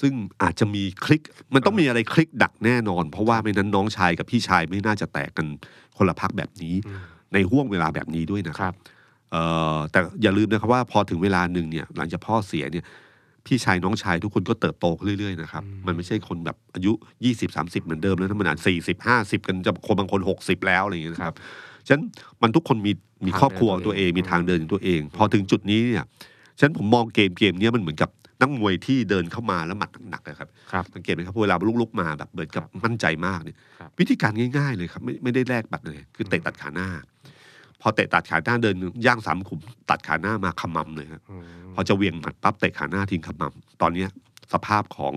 [SPEAKER 2] ซึ่งอาจจะมีคลิก มันต้องมีอะไรคลิกดักแน่นอน เพราะว่าไม่นั้นน้องชายกับพี่ชายไม่น่าจะแตกกันคนละพักแบบนี้
[SPEAKER 3] อืม
[SPEAKER 2] ในห่วงเวลาแบบนี้ด้วยนะ
[SPEAKER 3] ครับ
[SPEAKER 2] เอ่อแต่อย่าลืมนะครับว่าพอถึงเวลาหนึ่งเนี่ยหลังจากพ่อเสียเนี่ยพี่ชายน้องชายทุกคนก็เติบโตขึ้นเรื่อยๆนะครับ
[SPEAKER 3] อืม
[SPEAKER 2] มันไม่ใช่คนแบบอายุ 20 30 เหมือนเดิมแล้วนะมันอาจสี่สิบห้าสิบกันจะคนบางคน 60 แล้วอะไรอย่างเงี้ยนะครับฉะนันมันทุกคนมีมีครอบครัวของตัวเองมีทางเดินของตัวเอง พอถึงจุดนี้เนี่ยฉะนันผมมองเกมเกมเนี้ยมันเหมือนกับนักมวยที่เดินเข้ามาแล้วหมัดหนักๆนะครับ
[SPEAKER 3] ครับ
[SPEAKER 2] สังเกตไหมครับเวลาลุกๆมาแบบเหมือนกับมั่นใจมากเนี่ย
[SPEAKER 3] ครับ
[SPEAKER 2] วิธีการง่าย ๆ เลยครับไม่ไม่ได้แลกบัตรเลยคือเตะตัดขาหน้า พอเตะตัดขาหน้าเดินย่างสามขุมตัดขาหน้ามาขมำเลยครับ
[SPEAKER 3] อืม
[SPEAKER 2] พอจะเวียงหมัดปั๊บเตะขาหน้าทิ้งขมำตอนเนี้ยสภาพของ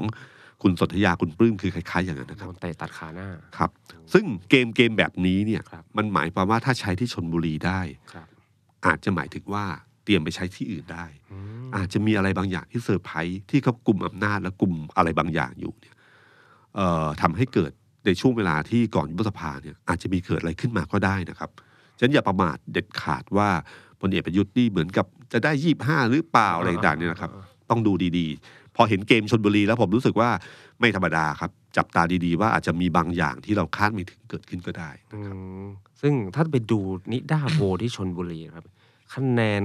[SPEAKER 2] คุณสนธยาคุณปลื้มคือคล้ายๆอย่างนั้นนะค
[SPEAKER 3] โด
[SPEAKER 2] รับ
[SPEAKER 3] นเตะตัดขาหน้า
[SPEAKER 2] ครับ ซึ่งเกมเกมแบบนี้เนี่ย
[SPEAKER 3] ครับ
[SPEAKER 2] มันหมายความว่าถ้าใช้ที่ชนบุรีได้
[SPEAKER 3] ครับ
[SPEAKER 2] อาจจะหมายถึงว่าเตรียมไปใช้ที่อื่นได้
[SPEAKER 3] อืม
[SPEAKER 2] อาจจะมีอะไรบางอย่างที่เซอร์ไพรส์ที่เขากลุ่มอำนาจและกลุ่มอะไรบางอย่างอยู่เนี่ยเอ่อทำให้เกิดในช่วงเวลาที่ก่อนยุบสภาเนี่ยอาจจะมีเกิดอะไรขึ้นมาก็ได้นะครับฉะนั้นอย่าประมาทเด็ดขาดว่าพลเอกประยุทธ์นี่เหมือนกับจะได้ยี่บห้าหรือเปล่าอะไรต่างๆเนี่ยนะครับ ต้องดูดีๆ พอเห็นเกมชนบุรีแล้วผมรู้สึกว่าไม่ธรรมดาครับ จับตาดีๆ ว่าอาจจะมีบางอย่างที่เราคาดไม่ถึงเกิดขึ้นก็ได้
[SPEAKER 3] อืมซึ่งถ้าไปดูนิดาโพลที่ชนบุรีครับ คะแนน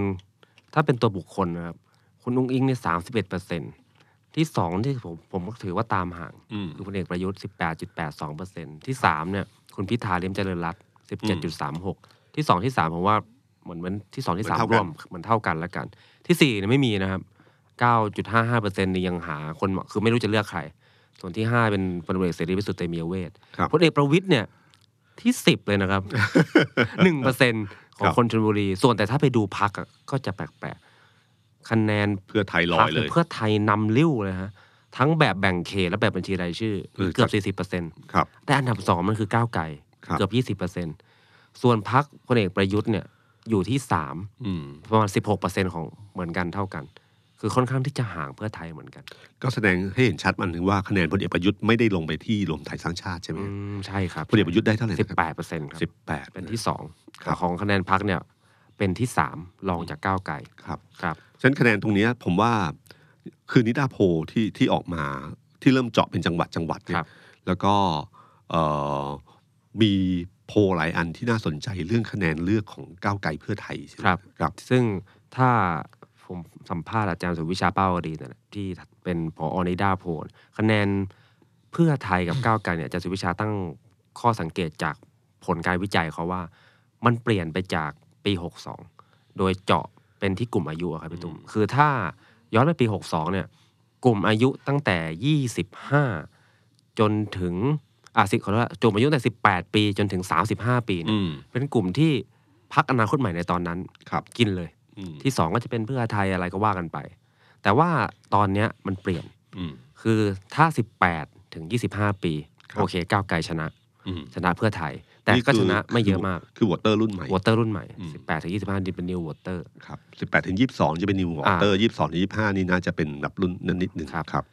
[SPEAKER 3] ถ้าเป็นตัวบุคคลนะครับ คุณอุ้งอิงเนี่ยสามสิบเอ็ดเปอร์เซ็นที่สองที่ผมผมก็ถือว่าตามห่าง
[SPEAKER 2] อืม
[SPEAKER 3] คือพลเอกประยุทธ์สิบแปดจุดแปดสองเปอร์เซ็นที่สามเนี่ยคุณพิธาเลี้ยมเจริญรัตน์สิบเจ็ดจุดสามหกที่สองที่สามผมว่าเหมือนเหมือนที่สองที่สาม
[SPEAKER 2] เหมือน
[SPEAKER 3] ร่
[SPEAKER 2] เท่ากั
[SPEAKER 3] วน มเหมือนเท่ากันแล้วกัน ที่สี่เนี่ยไม่มีนะครับเก้าจุดห้าห้าเปอร์เซ็นต์ยังหาคนเหมาะคือไม่รู้จะเลือกใคร ส่วนที่ห้าเป็นพลเอกเสรีพิสุทธิ์เตมียเวท
[SPEAKER 2] ครับ
[SPEAKER 3] พลเอกประวิทย์เนี่ยที่สิบเลยนะครับหนึ่งเปอร์เซ็นของ
[SPEAKER 2] ครับ
[SPEAKER 3] คนชลบุรี ส่วนแต่ถ้าไปดูพักก็จะแปลกๆคะแนน
[SPEAKER 2] เพื่อไทยลอ
[SPEAKER 3] พรร
[SPEAKER 2] ย
[SPEAKER 3] ค
[SPEAKER 2] เล
[SPEAKER 3] เนี่ย ยเพื่อไทยนำลิ้วเลยฮะทั้งแบบแบ่งเขตและแบบบัญชีรายชื่อ
[SPEAKER 2] เออ
[SPEAKER 3] เกือบ 40เปอร์เซ็นต์
[SPEAKER 2] ครับ
[SPEAKER 3] แต่อันดับสองมันคือก้าวไกล
[SPEAKER 2] ครับ
[SPEAKER 3] เกือบ 20เปอร์เซ็นต์ส่วนพักพลเอกประยุทธ์เนี่ยอยู่ที่
[SPEAKER 2] อืม
[SPEAKER 3] 3 ประมาณ 16เปอร์เซ็นต์ของเหมือนกันเท่ากัน คือค่อนข้างที่จะห่างเพื่อไทยเหมือนกัน
[SPEAKER 2] ก็แสดงให้เห็นชัดมันถึงว่าคะแนนพลเอกประยุทธ์ไม่ได้ลงไปที่รวมไทยสร้างชาติใช่ไหม
[SPEAKER 3] อืมใช่ครับ
[SPEAKER 2] พลเอกประยุทธ์ได้เท่าไหร่นะครับ
[SPEAKER 3] 18เปอร์เซ็นต์ครับ
[SPEAKER 2] สิบแปด
[SPEAKER 3] เป็นที่
[SPEAKER 2] ครับ
[SPEAKER 3] 2ของคะแนนพักเนี่ยเป็นที่สามรองจากก้าวไกล
[SPEAKER 2] ครับ
[SPEAKER 3] ครับ
[SPEAKER 2] ฉะนั้นคะแนนตรงเนี้ยผมว่าคือนิดาโพลที่ที่ออกมาที่เริ่มเจาะเป็นจังหวัดจังหวัด
[SPEAKER 3] ค
[SPEAKER 2] เนี่
[SPEAKER 3] รับ
[SPEAKER 2] ยแล้วก็เอ่อมีโพลหลายอันที่น่าสนใจเรื่องคะแนนเลือกของก้าวไกลเพื่อไทยใช่ไหม
[SPEAKER 3] ครับ
[SPEAKER 2] ครับ
[SPEAKER 3] ซึ่งถ้าผมสัมภาษณ์อาจารย์สุวิชาเป้าวดีเนี่ยนะที่เป็นผออนิดาโพลคะแนนเพื่อไทยกับ ก้าวไกลเนี่ยอาจารย์สุวิชาตั้งข้อสังเกตจากผลการวิจัยเขาว่า มันเปลี่ยนไปจากปี 62 โดยเจาะเป็นที่กลุ่มอายุอะครับพี่ตุ้มคือถ้าย้อนไปปี 62เนี่ยกลุ่มอายุตั้งแต่ 25 จนถึงอ่ะสิขอโทษนะกลุ่มอายุตั้งแต่18 ปีจนถึง 35 ปีเนี่
[SPEAKER 2] อื
[SPEAKER 3] ย
[SPEAKER 2] ม
[SPEAKER 3] เป็นกลุ่มที่พักอนาคตใหม่ในตอนนั้น
[SPEAKER 2] ครับ
[SPEAKER 3] กินเลย
[SPEAKER 2] อืม
[SPEAKER 3] ที่สองก็จะเป็นเพื่อไทยอะไรก็ว่ากันไป แต่ว่าตอนเนี้ยมันเปลี่ยน
[SPEAKER 2] อืม
[SPEAKER 3] คือถ้า 18 ถึง 25 ปี
[SPEAKER 2] ครับ
[SPEAKER 3] โอเคก้าวไกลชนะ
[SPEAKER 2] อืม
[SPEAKER 3] ชนะเพื่อไทย แต่ก็
[SPEAKER 2] คื
[SPEAKER 3] ชนะไม่เยอะมาก
[SPEAKER 2] คือวอเตอร์รุ่นใหม่
[SPEAKER 3] วอเตอร์รุ่นใหม่
[SPEAKER 2] อืม
[SPEAKER 3] 18 ถึง 25นี่เป็นนิววอเตอร์
[SPEAKER 2] ครับสิบแปดถึงยี่สิบสองจะเป็นนิววอเตอร์ยี่สิบสองถึงยี่สิบห้านี่น่าจะเป็นแบบรุ่นนั้นนิดหนึ่ง
[SPEAKER 3] ครับ
[SPEAKER 2] ครับ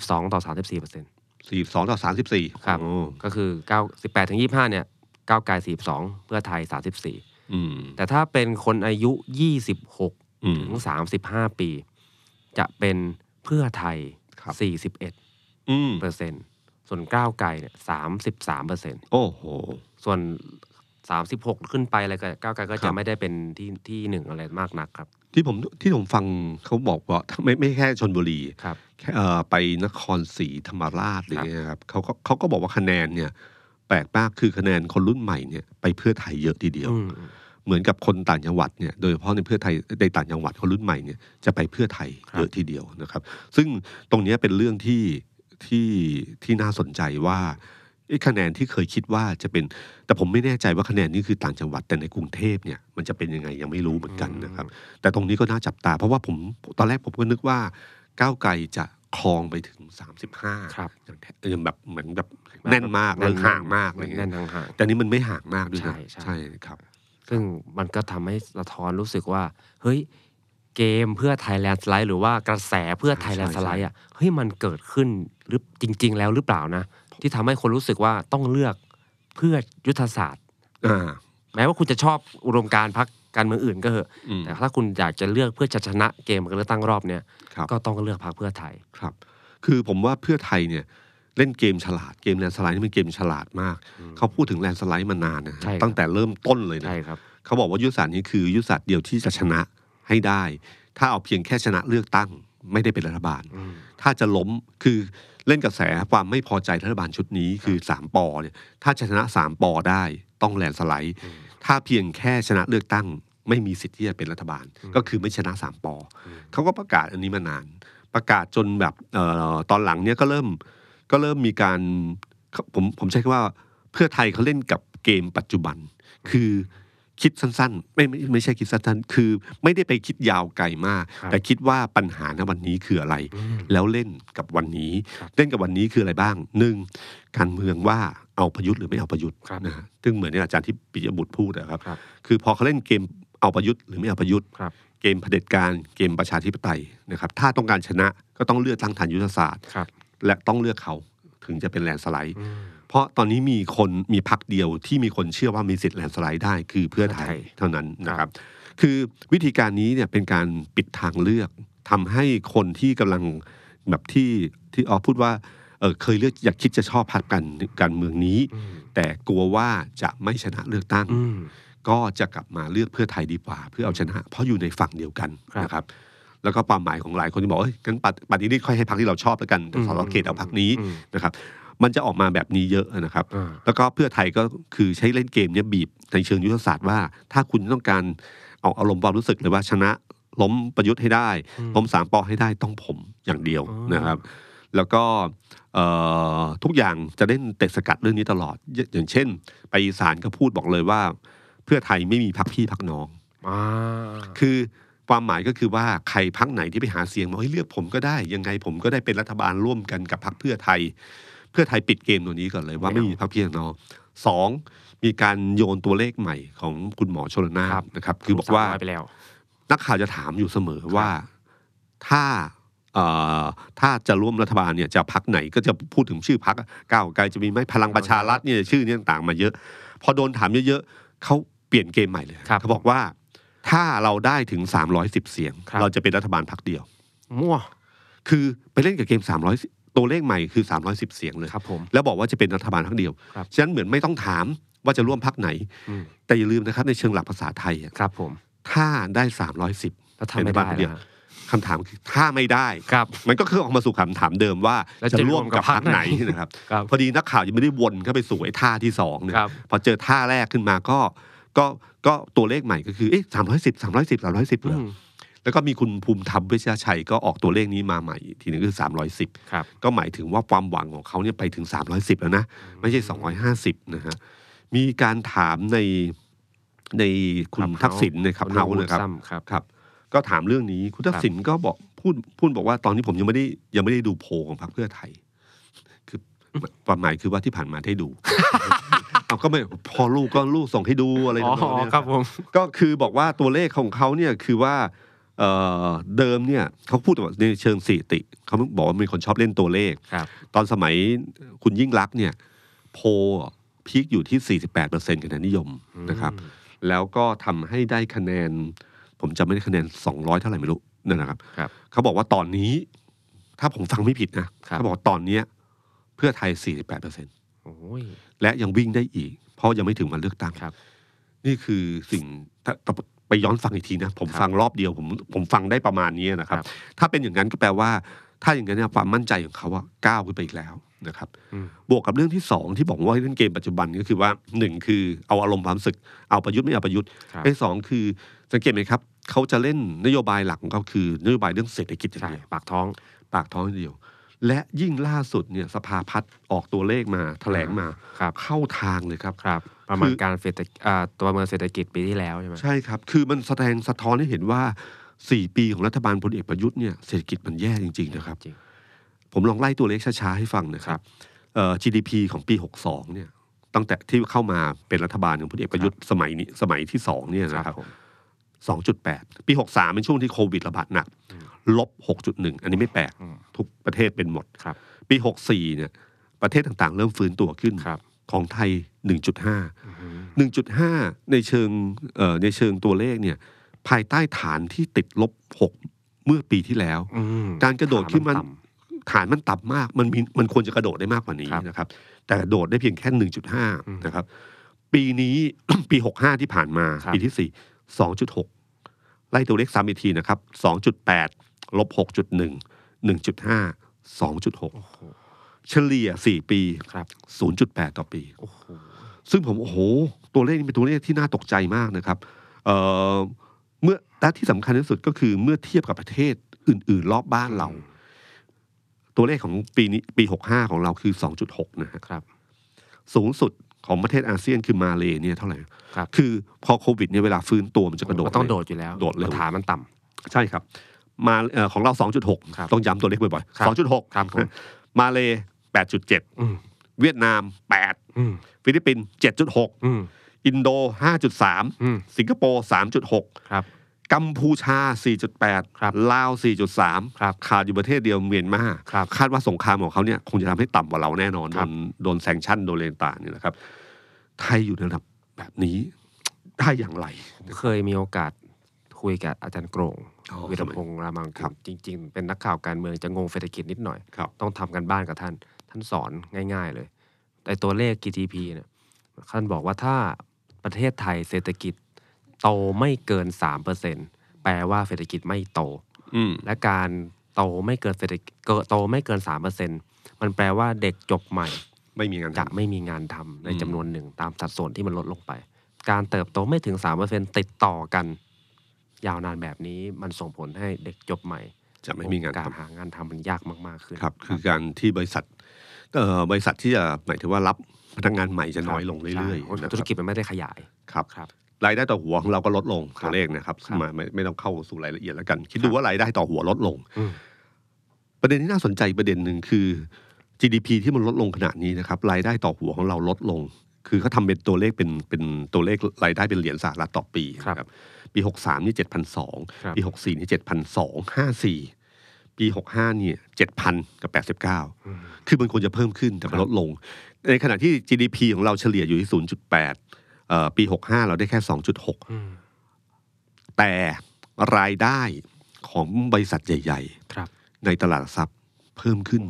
[SPEAKER 3] 42 ต่อ 34เปอร์เซ็นต์
[SPEAKER 2] สี่สองต่อสามสิบสี่
[SPEAKER 3] ครับ
[SPEAKER 2] โอ้
[SPEAKER 3] ก็คือ9 18 ถึง 25 เนี่ยก้าวไกล 42 เพื่อไทย 34
[SPEAKER 2] อืม
[SPEAKER 3] แต่ถ้าเป็นคนอายุ 26
[SPEAKER 2] อืม
[SPEAKER 3] ถึง 35 ปี จะเป็นเพื่อไทย
[SPEAKER 2] ครับ
[SPEAKER 3] 41
[SPEAKER 2] อืม
[SPEAKER 3] เปอร์เซ็นต์ส่วนก้าวไกลเนี่ยสามสิบสามเปอร์เซ็นต์
[SPEAKER 2] โอ้โห
[SPEAKER 3] ส่วนสามสิบหกขึ้นไปอะไรก็ก้าวไกล
[SPEAKER 2] ค
[SPEAKER 3] ก็
[SPEAKER 2] รั
[SPEAKER 3] จะ
[SPEAKER 2] บ
[SPEAKER 3] ไม่ได้เป็นที่ที่หนึ่งอะไรมากนักครับ
[SPEAKER 2] ที่ผมที่ผมฟังเขาบอกว่าไม่ไม่แค่ชนบุรี
[SPEAKER 3] ครับ
[SPEAKER 2] แค่เอ่อไปนครศรีธรรมราชหรือ
[SPEAKER 3] ครับ
[SPEAKER 2] ไงครับเขาก็เขาก็บอกว่าคะแนนเนี่ยแปลกมากคือคะแนนคนรุ่นใหม่เนี่ยไปเพื่อไทยเยอะทีเดียว
[SPEAKER 3] อืม
[SPEAKER 2] เหมือนกับคนต่างจังหวัดเนี่ยโดยเฉพาะในเพื่อไทยในต่างจังหวัดคนรุ่นใหม่เนี่ยจะไปเพื่อไทยเยอะทีเดียวนะครับ ซึ่งตรงเนี้ยเป็นเรื่องที่ที่ที่น่าสนใจว่าเอ๊ะคะแนนที่เคยคิดว่าจะเป็น แต่ผมไม่แน่ใจว่าคะแนนนี้คือต่างจังหวัดแต่ในกรุงเทพเนี่ยมันจะเป็นยังไงยังไม่รู้เหมือนกันนะครับ แต่ตรงนี้ก็น่าจับตา เพราะว่าผมตอนแรกผมก็นึกว่าก้าวไกลจะคลองไปถึง 35
[SPEAKER 3] ครับ
[SPEAKER 2] อย่างแท้อย่างแบบเหมือนแบบแน่นมากเลยห่างมากอะไรเงี้
[SPEAKER 3] แน่
[SPEAKER 2] ย
[SPEAKER 3] นห่าง
[SPEAKER 2] แต่นี่มันไม่ห่างมากด้วยนะ
[SPEAKER 3] ใช่ใช่
[SPEAKER 2] ครับ
[SPEAKER 3] ๆซึ่งมันก็ทำให้สะท้อนรู้สึกว่า เฮ้ย เกมเพื่อไทยแลนด์สไลด์หรือว่ากระแสเพื่อไทยแลนด์สไลด์อ่ะเฮ้ยมันเกิดขึ้นหรือจริง ๆ แล้วหรือเปล่านะ ที่ทำให้คนรู้สึกว่าต้องเลือกเพื่อยุทธศาสตร์
[SPEAKER 2] อ่า
[SPEAKER 3] แม้ว่าคุณจะชอบอุดมการณ์พักการเมืองอื่นก็เหอะ
[SPEAKER 2] อืม
[SPEAKER 3] แต่ถ้าคุณอยากจะเลือกเพื่อจะชนะเกมการเลือกตั้งรอบเนี้ย
[SPEAKER 2] ครับ
[SPEAKER 3] ก็ต้องเลือกพรรคเพื่อไทย
[SPEAKER 2] ครับ คือผมว่าเพื่อไทยเนี่ยเล่นเกมฉลาดเกมแลนด์สไลด์นี่เป็นเกมฉลาดมาก เขาพูดถึงแลนด์สไลด์มานานนะฮะ
[SPEAKER 3] ใช่ครับ
[SPEAKER 2] ตั้งแต่เริ่มต้นเลยนะ
[SPEAKER 3] ใช่ครับ
[SPEAKER 2] เขาบอกว่ายุทธศาสตร์นี้คือยุทธศาสตร์เดียวที่จะชนะให้ได้ ถ้าเอาเพียงแค่ชนะเลือกตั้ง ไม่ได้เป็นรัฐบาล ถ้าจะล้มคือเล่นกระแสความไม่พอใจรัฐบาลชุดนี้คือสามปอเนี่ยถ้าจะชนะสามปอได้ต้องแลนด์สไลด์ ถ้าเพียงแค่ชนะเลือกตั้ง ไม่มีสิทธิ์ที่จะเป็นรัฐบาล ก็คือไม่ชนะสามปออเขาก็ประกาศอันนี้มานาน ประกาศจนแบบเออตอนหลังเนี่ยก็เริ่มก็เริ่มมีการผมผมใช้คำว่าเพื่อไทยเขาเล่นกับเกมปัจจุบัน คือคิดสั้นๆ ไม่ไม่ไม่ใช่คิดสั้นๆ คือไม่ได้ไปคิดยาวไกลมาก
[SPEAKER 3] ครับ
[SPEAKER 2] แต่คิดว่าปัญหาณวันนี้คืออะไร แล้วเล่นกับวันนี้ เล่นกับวันนี้คืออะไรบ้างหนึ่งการเมืองว่าเอาประยุทธ์หรือไม่เอาประยุทธ์
[SPEAKER 3] ครับ
[SPEAKER 2] นะฮะซึ่งเหมือนที่อาจารย์ที่ปิยบุตรพูดนะครับ
[SPEAKER 3] ครับ
[SPEAKER 2] คือพอเขาเล่นเกมเอาประยุทธ์หรือไม่เอาประยุทธ์
[SPEAKER 3] ครับ
[SPEAKER 2] เกมเผด็จการเกมประชาธิปไตยนะครับ ถ้าต้องการชนะก็ต้องเลือกทางทางยุทธศาสตร์
[SPEAKER 3] ครับ
[SPEAKER 2] และต้องเลือกเขาถึงจะเป็นแลนด์สไลด์ เพราะตอนนี้มีคนมีพักเดียวที่มีคนเชื่อว่ามีสิทธิ์แลนด์สไลด์ได้คือเพื่อไทย
[SPEAKER 3] เพื่อไทย
[SPEAKER 2] เท่านั้นนะครับ คือวิธีการนี้เนี่ยเป็นการปิดทางเลือกทำให้คนที่กำลังแบบที่ที่ออฟพูดว่าเออเคยเลือกอยากคิดจะชอบพักการการเมืองนี้ แต่กลัวว่าจะไม่ชนะเลือกตั้ง
[SPEAKER 3] อืม
[SPEAKER 2] ก็จะกลับมาเลือกเพื่อไทยดีกว่า เพื่อเอาชนะ เพราะอยู่ในฝั่งเดียวกัน
[SPEAKER 3] ครับ
[SPEAKER 2] นะครับ แล้วก็ความหมายของหลายคนที่บอกเอ้ยงั้นปัดปัดนี้ค่อยให้พักที่เราชอบแล้วกันแต่สอรเขตเอาพักนี้
[SPEAKER 3] อืม
[SPEAKER 2] นะครับ มันจะออกมาแบบนี้เยอะนะครับ
[SPEAKER 3] อ่า
[SPEAKER 2] แล้วก็เพื่อไทยก็คือใช้เล่นเกมเนี่ยบีบในเชิงยุทธศาสตร์ว่า ถ้าคุณต้องการเอาอารมณ์ความรู้สึกหรือว่าชนะล้มประยุทธ์ให้ได้ล้มสามปอให้ได้ต้องผมอย่างเดียว
[SPEAKER 3] อ๋อ
[SPEAKER 2] นะครับ แล้วก็เอ่อทุกอย่างจะเล่นเตะสกัดเรื่องนี้ตลอดอยอย่างเช่น ไปอีสารก็พูดบอกเลยว่า เพื่อไทยไม่มีพักพี่พักน้อง
[SPEAKER 3] อ่า
[SPEAKER 2] คือความหมายก็คือว่าใครพักไหนที่ไปหาเสียงบอกให้ยเลือกผมก็ได้ ยังไงผมก็ได้เป็นรัฐบาลร่วมกันกับพักเพื่อไทย เพื่อไทยปิดเกมตัวนี้ก่อนเลยว่าไม่มีพักเพียงน้องสองมีการโยนตัวเลขใหม่ของคุณหมอชลนา
[SPEAKER 3] ครั
[SPEAKER 2] นนะครับ คือบอกว่า
[SPEAKER 3] สมร้ยไปแล้ว
[SPEAKER 2] นักข่าวจะถามอยู่เสมอว่าถ้าเอ่อถ้าจะร่วมรัฐบาลเนี่ยจะพักไหนก็จะพูดถึงชื่อพักก้าวไกลจะมีไหมพลังประชารัฐเนี่ยชื่อเนี่ยต่างๆมาเยอะ พอโดนถามเยอะๆเขาเปลี่ยนเกมใหม่เลย
[SPEAKER 3] ครับ
[SPEAKER 2] เขาบอกว่าถ้าเราได้ถึง 310 เสียง
[SPEAKER 3] ครับ
[SPEAKER 2] เราจะเป็นรัฐบาลพักเดียว
[SPEAKER 3] มั่ว
[SPEAKER 2] คือไปเล่นกับเกม 300 ตัวเลขใหม่คือ 310 เสียงเลย
[SPEAKER 3] ครับผม
[SPEAKER 2] แล้วบอกว่าจะเป็นรัฐบาลพักเดียว
[SPEAKER 3] ครับ
[SPEAKER 2] ฉะนั้นเหมือนไม่ต้องถามว่าจะร่วมพักไหน
[SPEAKER 3] อืม
[SPEAKER 2] แต่อย่าลืมนะครับในเชิงหลักภาษาไทยอะ
[SPEAKER 3] ครับผม
[SPEAKER 2] ถ้าได้ 310
[SPEAKER 3] แล้วทำไม่ได้
[SPEAKER 2] เป็นรัฐบาลคนเดี
[SPEAKER 3] เดี
[SPEAKER 2] ย
[SPEAKER 3] ยว ว
[SPEAKER 2] คำถามคือถ้าไม่ได้
[SPEAKER 3] ครับ
[SPEAKER 2] มันก็คือออกมาสู่คำถามเดิมว่า
[SPEAKER 3] แล้ว
[SPEAKER 2] จะ
[SPEAKER 3] จะ
[SPEAKER 2] ร่วมกับพ
[SPEAKER 3] ร่วมกับ
[SPEAKER 2] รรคไหน
[SPEAKER 3] พรรคไหน
[SPEAKER 2] นะครับ
[SPEAKER 3] ครับ
[SPEAKER 2] พอดีนักข่าวยังไม่ได้วนเข้าไปสู่ไอ้ท่าที่สองเนี่ย
[SPEAKER 3] ครับ
[SPEAKER 2] พอเจอท่าแรกขึ้นมาก็ก็ก็ตัวเลขใหม่ก็คือเอ๊ะสามร้อยสิบสามร้อยสิบสามร้อยสิบ
[SPEAKER 3] อืม
[SPEAKER 2] แล้วก็มีคุณภูมิธรรมเวชยชัยก็ออกตัวเลขนี้มาใหม่อีกทีหนึงคือสามร้อยสิบ
[SPEAKER 3] ครับ
[SPEAKER 2] ก็หมายถึงว่าความหวังของเขาเนี่ยไปถึงสามร้อยสิบแล้วนะ ไม่ใช่สองร้อยห้าสิบนะฮะมีการถามในในคุณ
[SPEAKER 3] Clubhouse
[SPEAKER 2] ทักษิณนะครับเฮา
[SPEAKER 3] ณ
[SPEAKER 2] นะครับ
[SPEAKER 3] ซ้ำครับ
[SPEAKER 2] ครับก็ถามเรื่องนี้คุณทักษิณก็บอกพูดพูดบอกว่าตอนนี้ผมยังไม่ได้ยังไม่ได้ดูโพลของพรรคเพื่อไทย คือความหมายคือว่าที่ผ่านมาได้ดู เอาก็ไม่พอลูกก็ลูกส่งให้ดูอะไร
[SPEAKER 3] อ๋อ
[SPEAKER 2] ทำนองเนี้ย
[SPEAKER 3] ครับผม
[SPEAKER 2] ก็คือบอกว่าตัวเลขของเขาเนี่ยคือว่าเอ่อเดิมเนี่ยเขาพูดว่าในเชิงสถิติ เขาบอกว่าเป็นคนชอบเล่นตัวเลข
[SPEAKER 3] ครับ
[SPEAKER 2] ตอนสมัยคุณยิ่งรักษณ์เนี่ยโพลพีคอยู่ที่ 48%คะแนนนิยมนะครับ แล้วก็ทำให้ได้คะแนน ผมจำไม่ได้คะแนน 200 เท่าไหร่ไม่รู้นั่นนะครับ
[SPEAKER 3] ครับ
[SPEAKER 2] เขาบอกว่าตอนนี้ ถ้าผมฟังไม่ผิดนะครับ เขาบอกว่าตอนเนี้ยเพื่อไทย 48%
[SPEAKER 3] โอ้ย
[SPEAKER 2] และยังวิ่งได้อีก เพราะยังไม่ถึงวันเลือกตั้ง
[SPEAKER 3] ครับ
[SPEAKER 2] นี่คือสิ่งถ้าถ้าไปย้อนฟังอีกทีนะ ผมฟังรอบเดียวผมผมฟังได้ประมาณนี้นะครับ ถ้าเป็นอย่างนั้นก็แปลว่า ถ้าอย่างนั้นเนี่ยความมั่นใจของเขาว่าก้าวขึ้นไปอีกแล้วนะครับ
[SPEAKER 3] อืม
[SPEAKER 2] บวกกับเรื่องที่สองที่บอกว่าให้เล่นเกมปัจจุบันก็คือว่าหนึ่งคือเอาอารมณ์ความรู้สึกเอาประยุทธ์ไม่เอาประยุทธ์
[SPEAKER 3] ครับ
[SPEAKER 2] ไอ้สองคือสังเกตไหมครับเขาจะเล่นนโยบายหลักของเขาคือนโยบายเรื่องเศรษฐกิจอย่าง
[SPEAKER 3] ใช่
[SPEAKER 2] เดียว
[SPEAKER 3] ปากท้อง
[SPEAKER 2] ปากท้องอย่างเดียว และยิ่งล่าสุดเนี่ยสภาพัฒน์ออกตัวเลขมาแถลงมา
[SPEAKER 3] ครับ
[SPEAKER 2] เข้าทางเลยครับ
[SPEAKER 3] ครับ ประมาณ
[SPEAKER 2] คือ
[SPEAKER 3] การเศรษฐกิจอ่าตัวประเมินเศรษฐกิจปีที่แล้วใช่ไหม
[SPEAKER 2] ใช่ครับ คือมันแสดงสะท้อนให้เห็นว่า 4 ปีของรัฐบาลพลเอกประยุทธ์เนี่ยเศรษฐกิจมันแย่จริงๆนะครับ
[SPEAKER 3] จริง
[SPEAKER 2] ผมลองไล่ตัวเลขช้าๆให้ฟังนะครับเอ่อ GDP ของปี 62 เนี่ย ตั้งแต่ที่เข้ามาเป็นรัฐบาลของพลเอกประยุทธ์สมัยนี้สมัยที่ 2 เนี่ยนะครับ
[SPEAKER 3] ผม
[SPEAKER 2] 2.8 ปี 63 เป็นช่วงที่โควิดระบาดหนัก ลบ 6.1 อันนี้ไม่แปลก
[SPEAKER 3] อืม
[SPEAKER 2] ทุกประเทศเป็นหมด
[SPEAKER 3] ครับ
[SPEAKER 2] ปี 64 เนี่ย ประเทศต่างๆ เริ่มฟื้นตัวขึ้น
[SPEAKER 3] ครับ
[SPEAKER 2] ของไทย 1.5
[SPEAKER 3] อือหือ
[SPEAKER 2] 1.5 ในเชิงเอ่อในเชิงตัวเลขเนี่ย ภายใต้ฐานที่ติดลบ 6 เมื่อปีที่แล้ว
[SPEAKER 3] อืม
[SPEAKER 2] การกระโดดขึ้นมา
[SPEAKER 3] ต่
[SPEAKER 2] ฐานมันต่ำมาก มันมีมันควรจะกระโดดได้มากกว่านี้
[SPEAKER 3] ครับ
[SPEAKER 2] นะครับ แต่โดดได้เพียงแค่
[SPEAKER 3] อืม
[SPEAKER 2] 1.5 นะครับ ปีนี้ ปี 65 ที่ผ่านมา
[SPEAKER 3] ครับ
[SPEAKER 2] ปีที่ 4 2.6 ไล่ตัวเลขซ้ำอีกทีนะครับ 2.8 ลบ 6.1 1.5
[SPEAKER 3] โอ้
[SPEAKER 2] 2.6
[SPEAKER 3] โห
[SPEAKER 2] เฉลี่ย 4 ปี
[SPEAKER 3] ครับ
[SPEAKER 2] 0.8 ต่อปี
[SPEAKER 3] โอ้โห
[SPEAKER 2] ซึ่งผมโอ้โห ตัวเลขนี้เป็นตัวเลขที่น่าตกใจมากนะครับเอ่อเมื่อและที่สำคัญที่สุดก็คือเมื่อเทียบกับประเทศอื่น ๆ รอบบ้านเรา ตัวเลขของปีนี้ปี 65 ของเราคือ 2.6 นะฮะ
[SPEAKER 3] ครับ
[SPEAKER 2] สูงสุดของประเทศอาเซียนคือมาเลเนี่ยเท่าไหร่
[SPEAKER 3] ครับ
[SPEAKER 2] คือพอโควิดเนี่ยเวลาฟื้นตัวมันจะกระโดด
[SPEAKER 3] มันต้องโดดอยู่แล้ว
[SPEAKER 2] โดดเร็ว
[SPEAKER 3] ฐานมันต่ำ
[SPEAKER 2] ใช่ครับ มาเอ่อของเรา
[SPEAKER 3] ครับ
[SPEAKER 2] 2.6 ต้องย้ำตัวเลขบ่อย
[SPEAKER 3] ครับ
[SPEAKER 2] ๆ
[SPEAKER 3] ครับผม
[SPEAKER 2] 2.6 มาเล8.7
[SPEAKER 3] อืม
[SPEAKER 2] เวียดนาม
[SPEAKER 3] อืม
[SPEAKER 2] 8 ฟิลิปปินส์7.6
[SPEAKER 3] อืม
[SPEAKER 2] อินโด
[SPEAKER 3] อืม
[SPEAKER 2] 5.3 สิงคโปร์ 3.6
[SPEAKER 3] ครับ
[SPEAKER 2] กัมพูชา
[SPEAKER 3] ครับ
[SPEAKER 2] 4.8 ลาว 4.3
[SPEAKER 3] ครับ
[SPEAKER 2] ขาดอยู่ประเทศเดียวเมียนมา
[SPEAKER 3] ครับ
[SPEAKER 2] คาดว่าสงครามของเขาเนี่ยคงจะทำให้ต่ำกว่าเราแน่นอน โด
[SPEAKER 3] ครับ
[SPEAKER 2] นโดนแซงชั่น โดนเลนต่างเนี่ยนะครับ ไทยอยู่ในระดับแบบนี้ ได้อย่างไร
[SPEAKER 3] ผมเคยมีโอกาสคุยกับอาจารย์โกรง
[SPEAKER 2] อ๋อ
[SPEAKER 3] วีรพงษ์รามัง
[SPEAKER 2] ครับ
[SPEAKER 3] จริง ๆ เป็นนักข่าวการเมืองจะงงเศรษฐกิจนิดหน่อย
[SPEAKER 2] ครับ
[SPEAKER 3] ต้องทำกันบ้านกับท่าน ท่านสอนง่าย ๆ เลย แต่ตัวเลข GDP เนี่ย ท่านบอกว่าถ้าประเทศไทยเศรษฐกิจโตไม่เกิน 3%แปลว่าเศรษฐกิจไม่โต
[SPEAKER 2] อืม
[SPEAKER 3] และการโตไม่เกินเศรษฐกิจเกิดโตไม่เกิน 3%มันแปลว่าเด็กจบใหม่
[SPEAKER 2] ไม่มีงาน
[SPEAKER 3] จะ
[SPEAKER 2] ทำ
[SPEAKER 3] ไม่มีงานทำใน
[SPEAKER 2] อืม
[SPEAKER 3] จำนวนหนึ่งตามสัดส่วนที่มันลดลงไป การเติบโตไม่ถึง 3%ติดต่อกัน ยาวนานแบบนี้มันส่งผลให้เด็กจบใหม่
[SPEAKER 2] จะไม่มีงาน
[SPEAKER 3] กา
[SPEAKER 2] ทำ
[SPEAKER 3] รหางานทำมันยากมากๆขึ้น
[SPEAKER 2] ครับคือการที่บริษัทเอ่อบริษัทที่จะหมายถึงว่ารับพนักงานใหม่จะน้อยลงเรื่อย
[SPEAKER 3] ใช่
[SPEAKER 2] ๆนะ
[SPEAKER 3] ธุรกิจมันไม่ได้ขยาย
[SPEAKER 2] ครับ
[SPEAKER 3] ครับ
[SPEAKER 2] รายได้ต่อหัวของเราก็ลดลง
[SPEAKER 3] ครับ
[SPEAKER 2] ตัวเลขนะครับ
[SPEAKER 3] ครับ
[SPEAKER 2] มาไม่ไม่ต้องเข้าสู่รายละเอียดแล้วกัน คิดดูว่ารายได้ต่อหัวลดลง
[SPEAKER 3] อืม
[SPEAKER 2] ประเด็นที่น่าสนใจประเด็นหนึ่งคือ GDP ที่มันลดลงขนาดนี้นะครับรายได้ต่อหัวของเราลดลง คือเขาทำเป็นตัวเลขเป็นเป็นตัวเลขรายได้เป็นเหรียญสหรัฐต่อปี
[SPEAKER 3] ครับ
[SPEAKER 2] นะครับปี 63นี่
[SPEAKER 3] ครับ
[SPEAKER 2] 7,200ปี 64นี่7,200 54 ปี 65เนี่ย7,000กับ89
[SPEAKER 3] อืม
[SPEAKER 2] คือมันควรจะเพิ่มขึ้นแต่มัน
[SPEAKER 3] ครับ
[SPEAKER 2] ลดลง ในขณะที่ GDP ของเราเฉลี่ยอยู่ที่ 0.8เอ่อปี 65 เราได้แค่
[SPEAKER 3] อืม
[SPEAKER 2] 2.6 แต่รายได้ของบริษัทใหญ่
[SPEAKER 3] ครับ
[SPEAKER 2] ๆ ในตลาดหลักทรัพย์เพิ่มขึ้น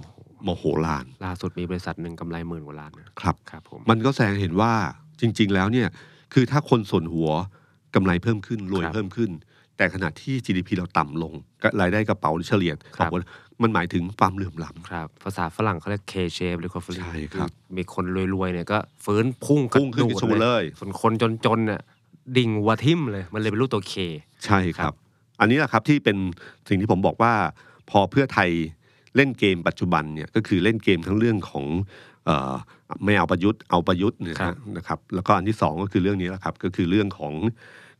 [SPEAKER 2] มโหฬาร
[SPEAKER 3] ล่าสุดมีบริษัทหนึ่งกำไรหมื่นกว่าล้านนะครับ ครับผม
[SPEAKER 2] มันก็แสดงเห็นว่าจริง ๆ แล้วเนี่ย คือถ้าคนส่วนหัวกำไรเพิ่มขึ้นรวย
[SPEAKER 3] ครับ
[SPEAKER 2] เพิ่มขึ้น แต่ขณะที่ GDP เราต่ำลงรายได้กระเป๋าเฉลี่ย
[SPEAKER 3] ครับ
[SPEAKER 2] มันหมายถึงความเหลื่อมล้
[SPEAKER 3] ครับ ภาษาฝรั่งเขาเรียก K shape recovery
[SPEAKER 2] ใช่ครับ
[SPEAKER 3] มีคนรวยๆเนี่ยก็ฟื้นพุ่ง
[SPEAKER 2] ำพุ่งขึ้นกระชูเลย
[SPEAKER 3] ส่วนคนจนๆเนี่ยดิ่งวัวทิ่มเลย มันเลยเป็นรูปตัว K
[SPEAKER 2] ใช่ค
[SPEAKER 3] ครั
[SPEAKER 2] รับ
[SPEAKER 3] บ
[SPEAKER 2] อันนี้แหละครับที่เป็นสิ่งที่ผมบอกว่า พอเพื่อไทยเล่นเกมปัจจุบันเนี่ยก็คือเล่นเกมทั้งเรื่องของเออไม่เอาประยุทธ์เอาประยุทธ์เนยนะนะครับแล้วก็อันที่สองก็คือเรื่องนี้แหละครับก็คือเรื่องของ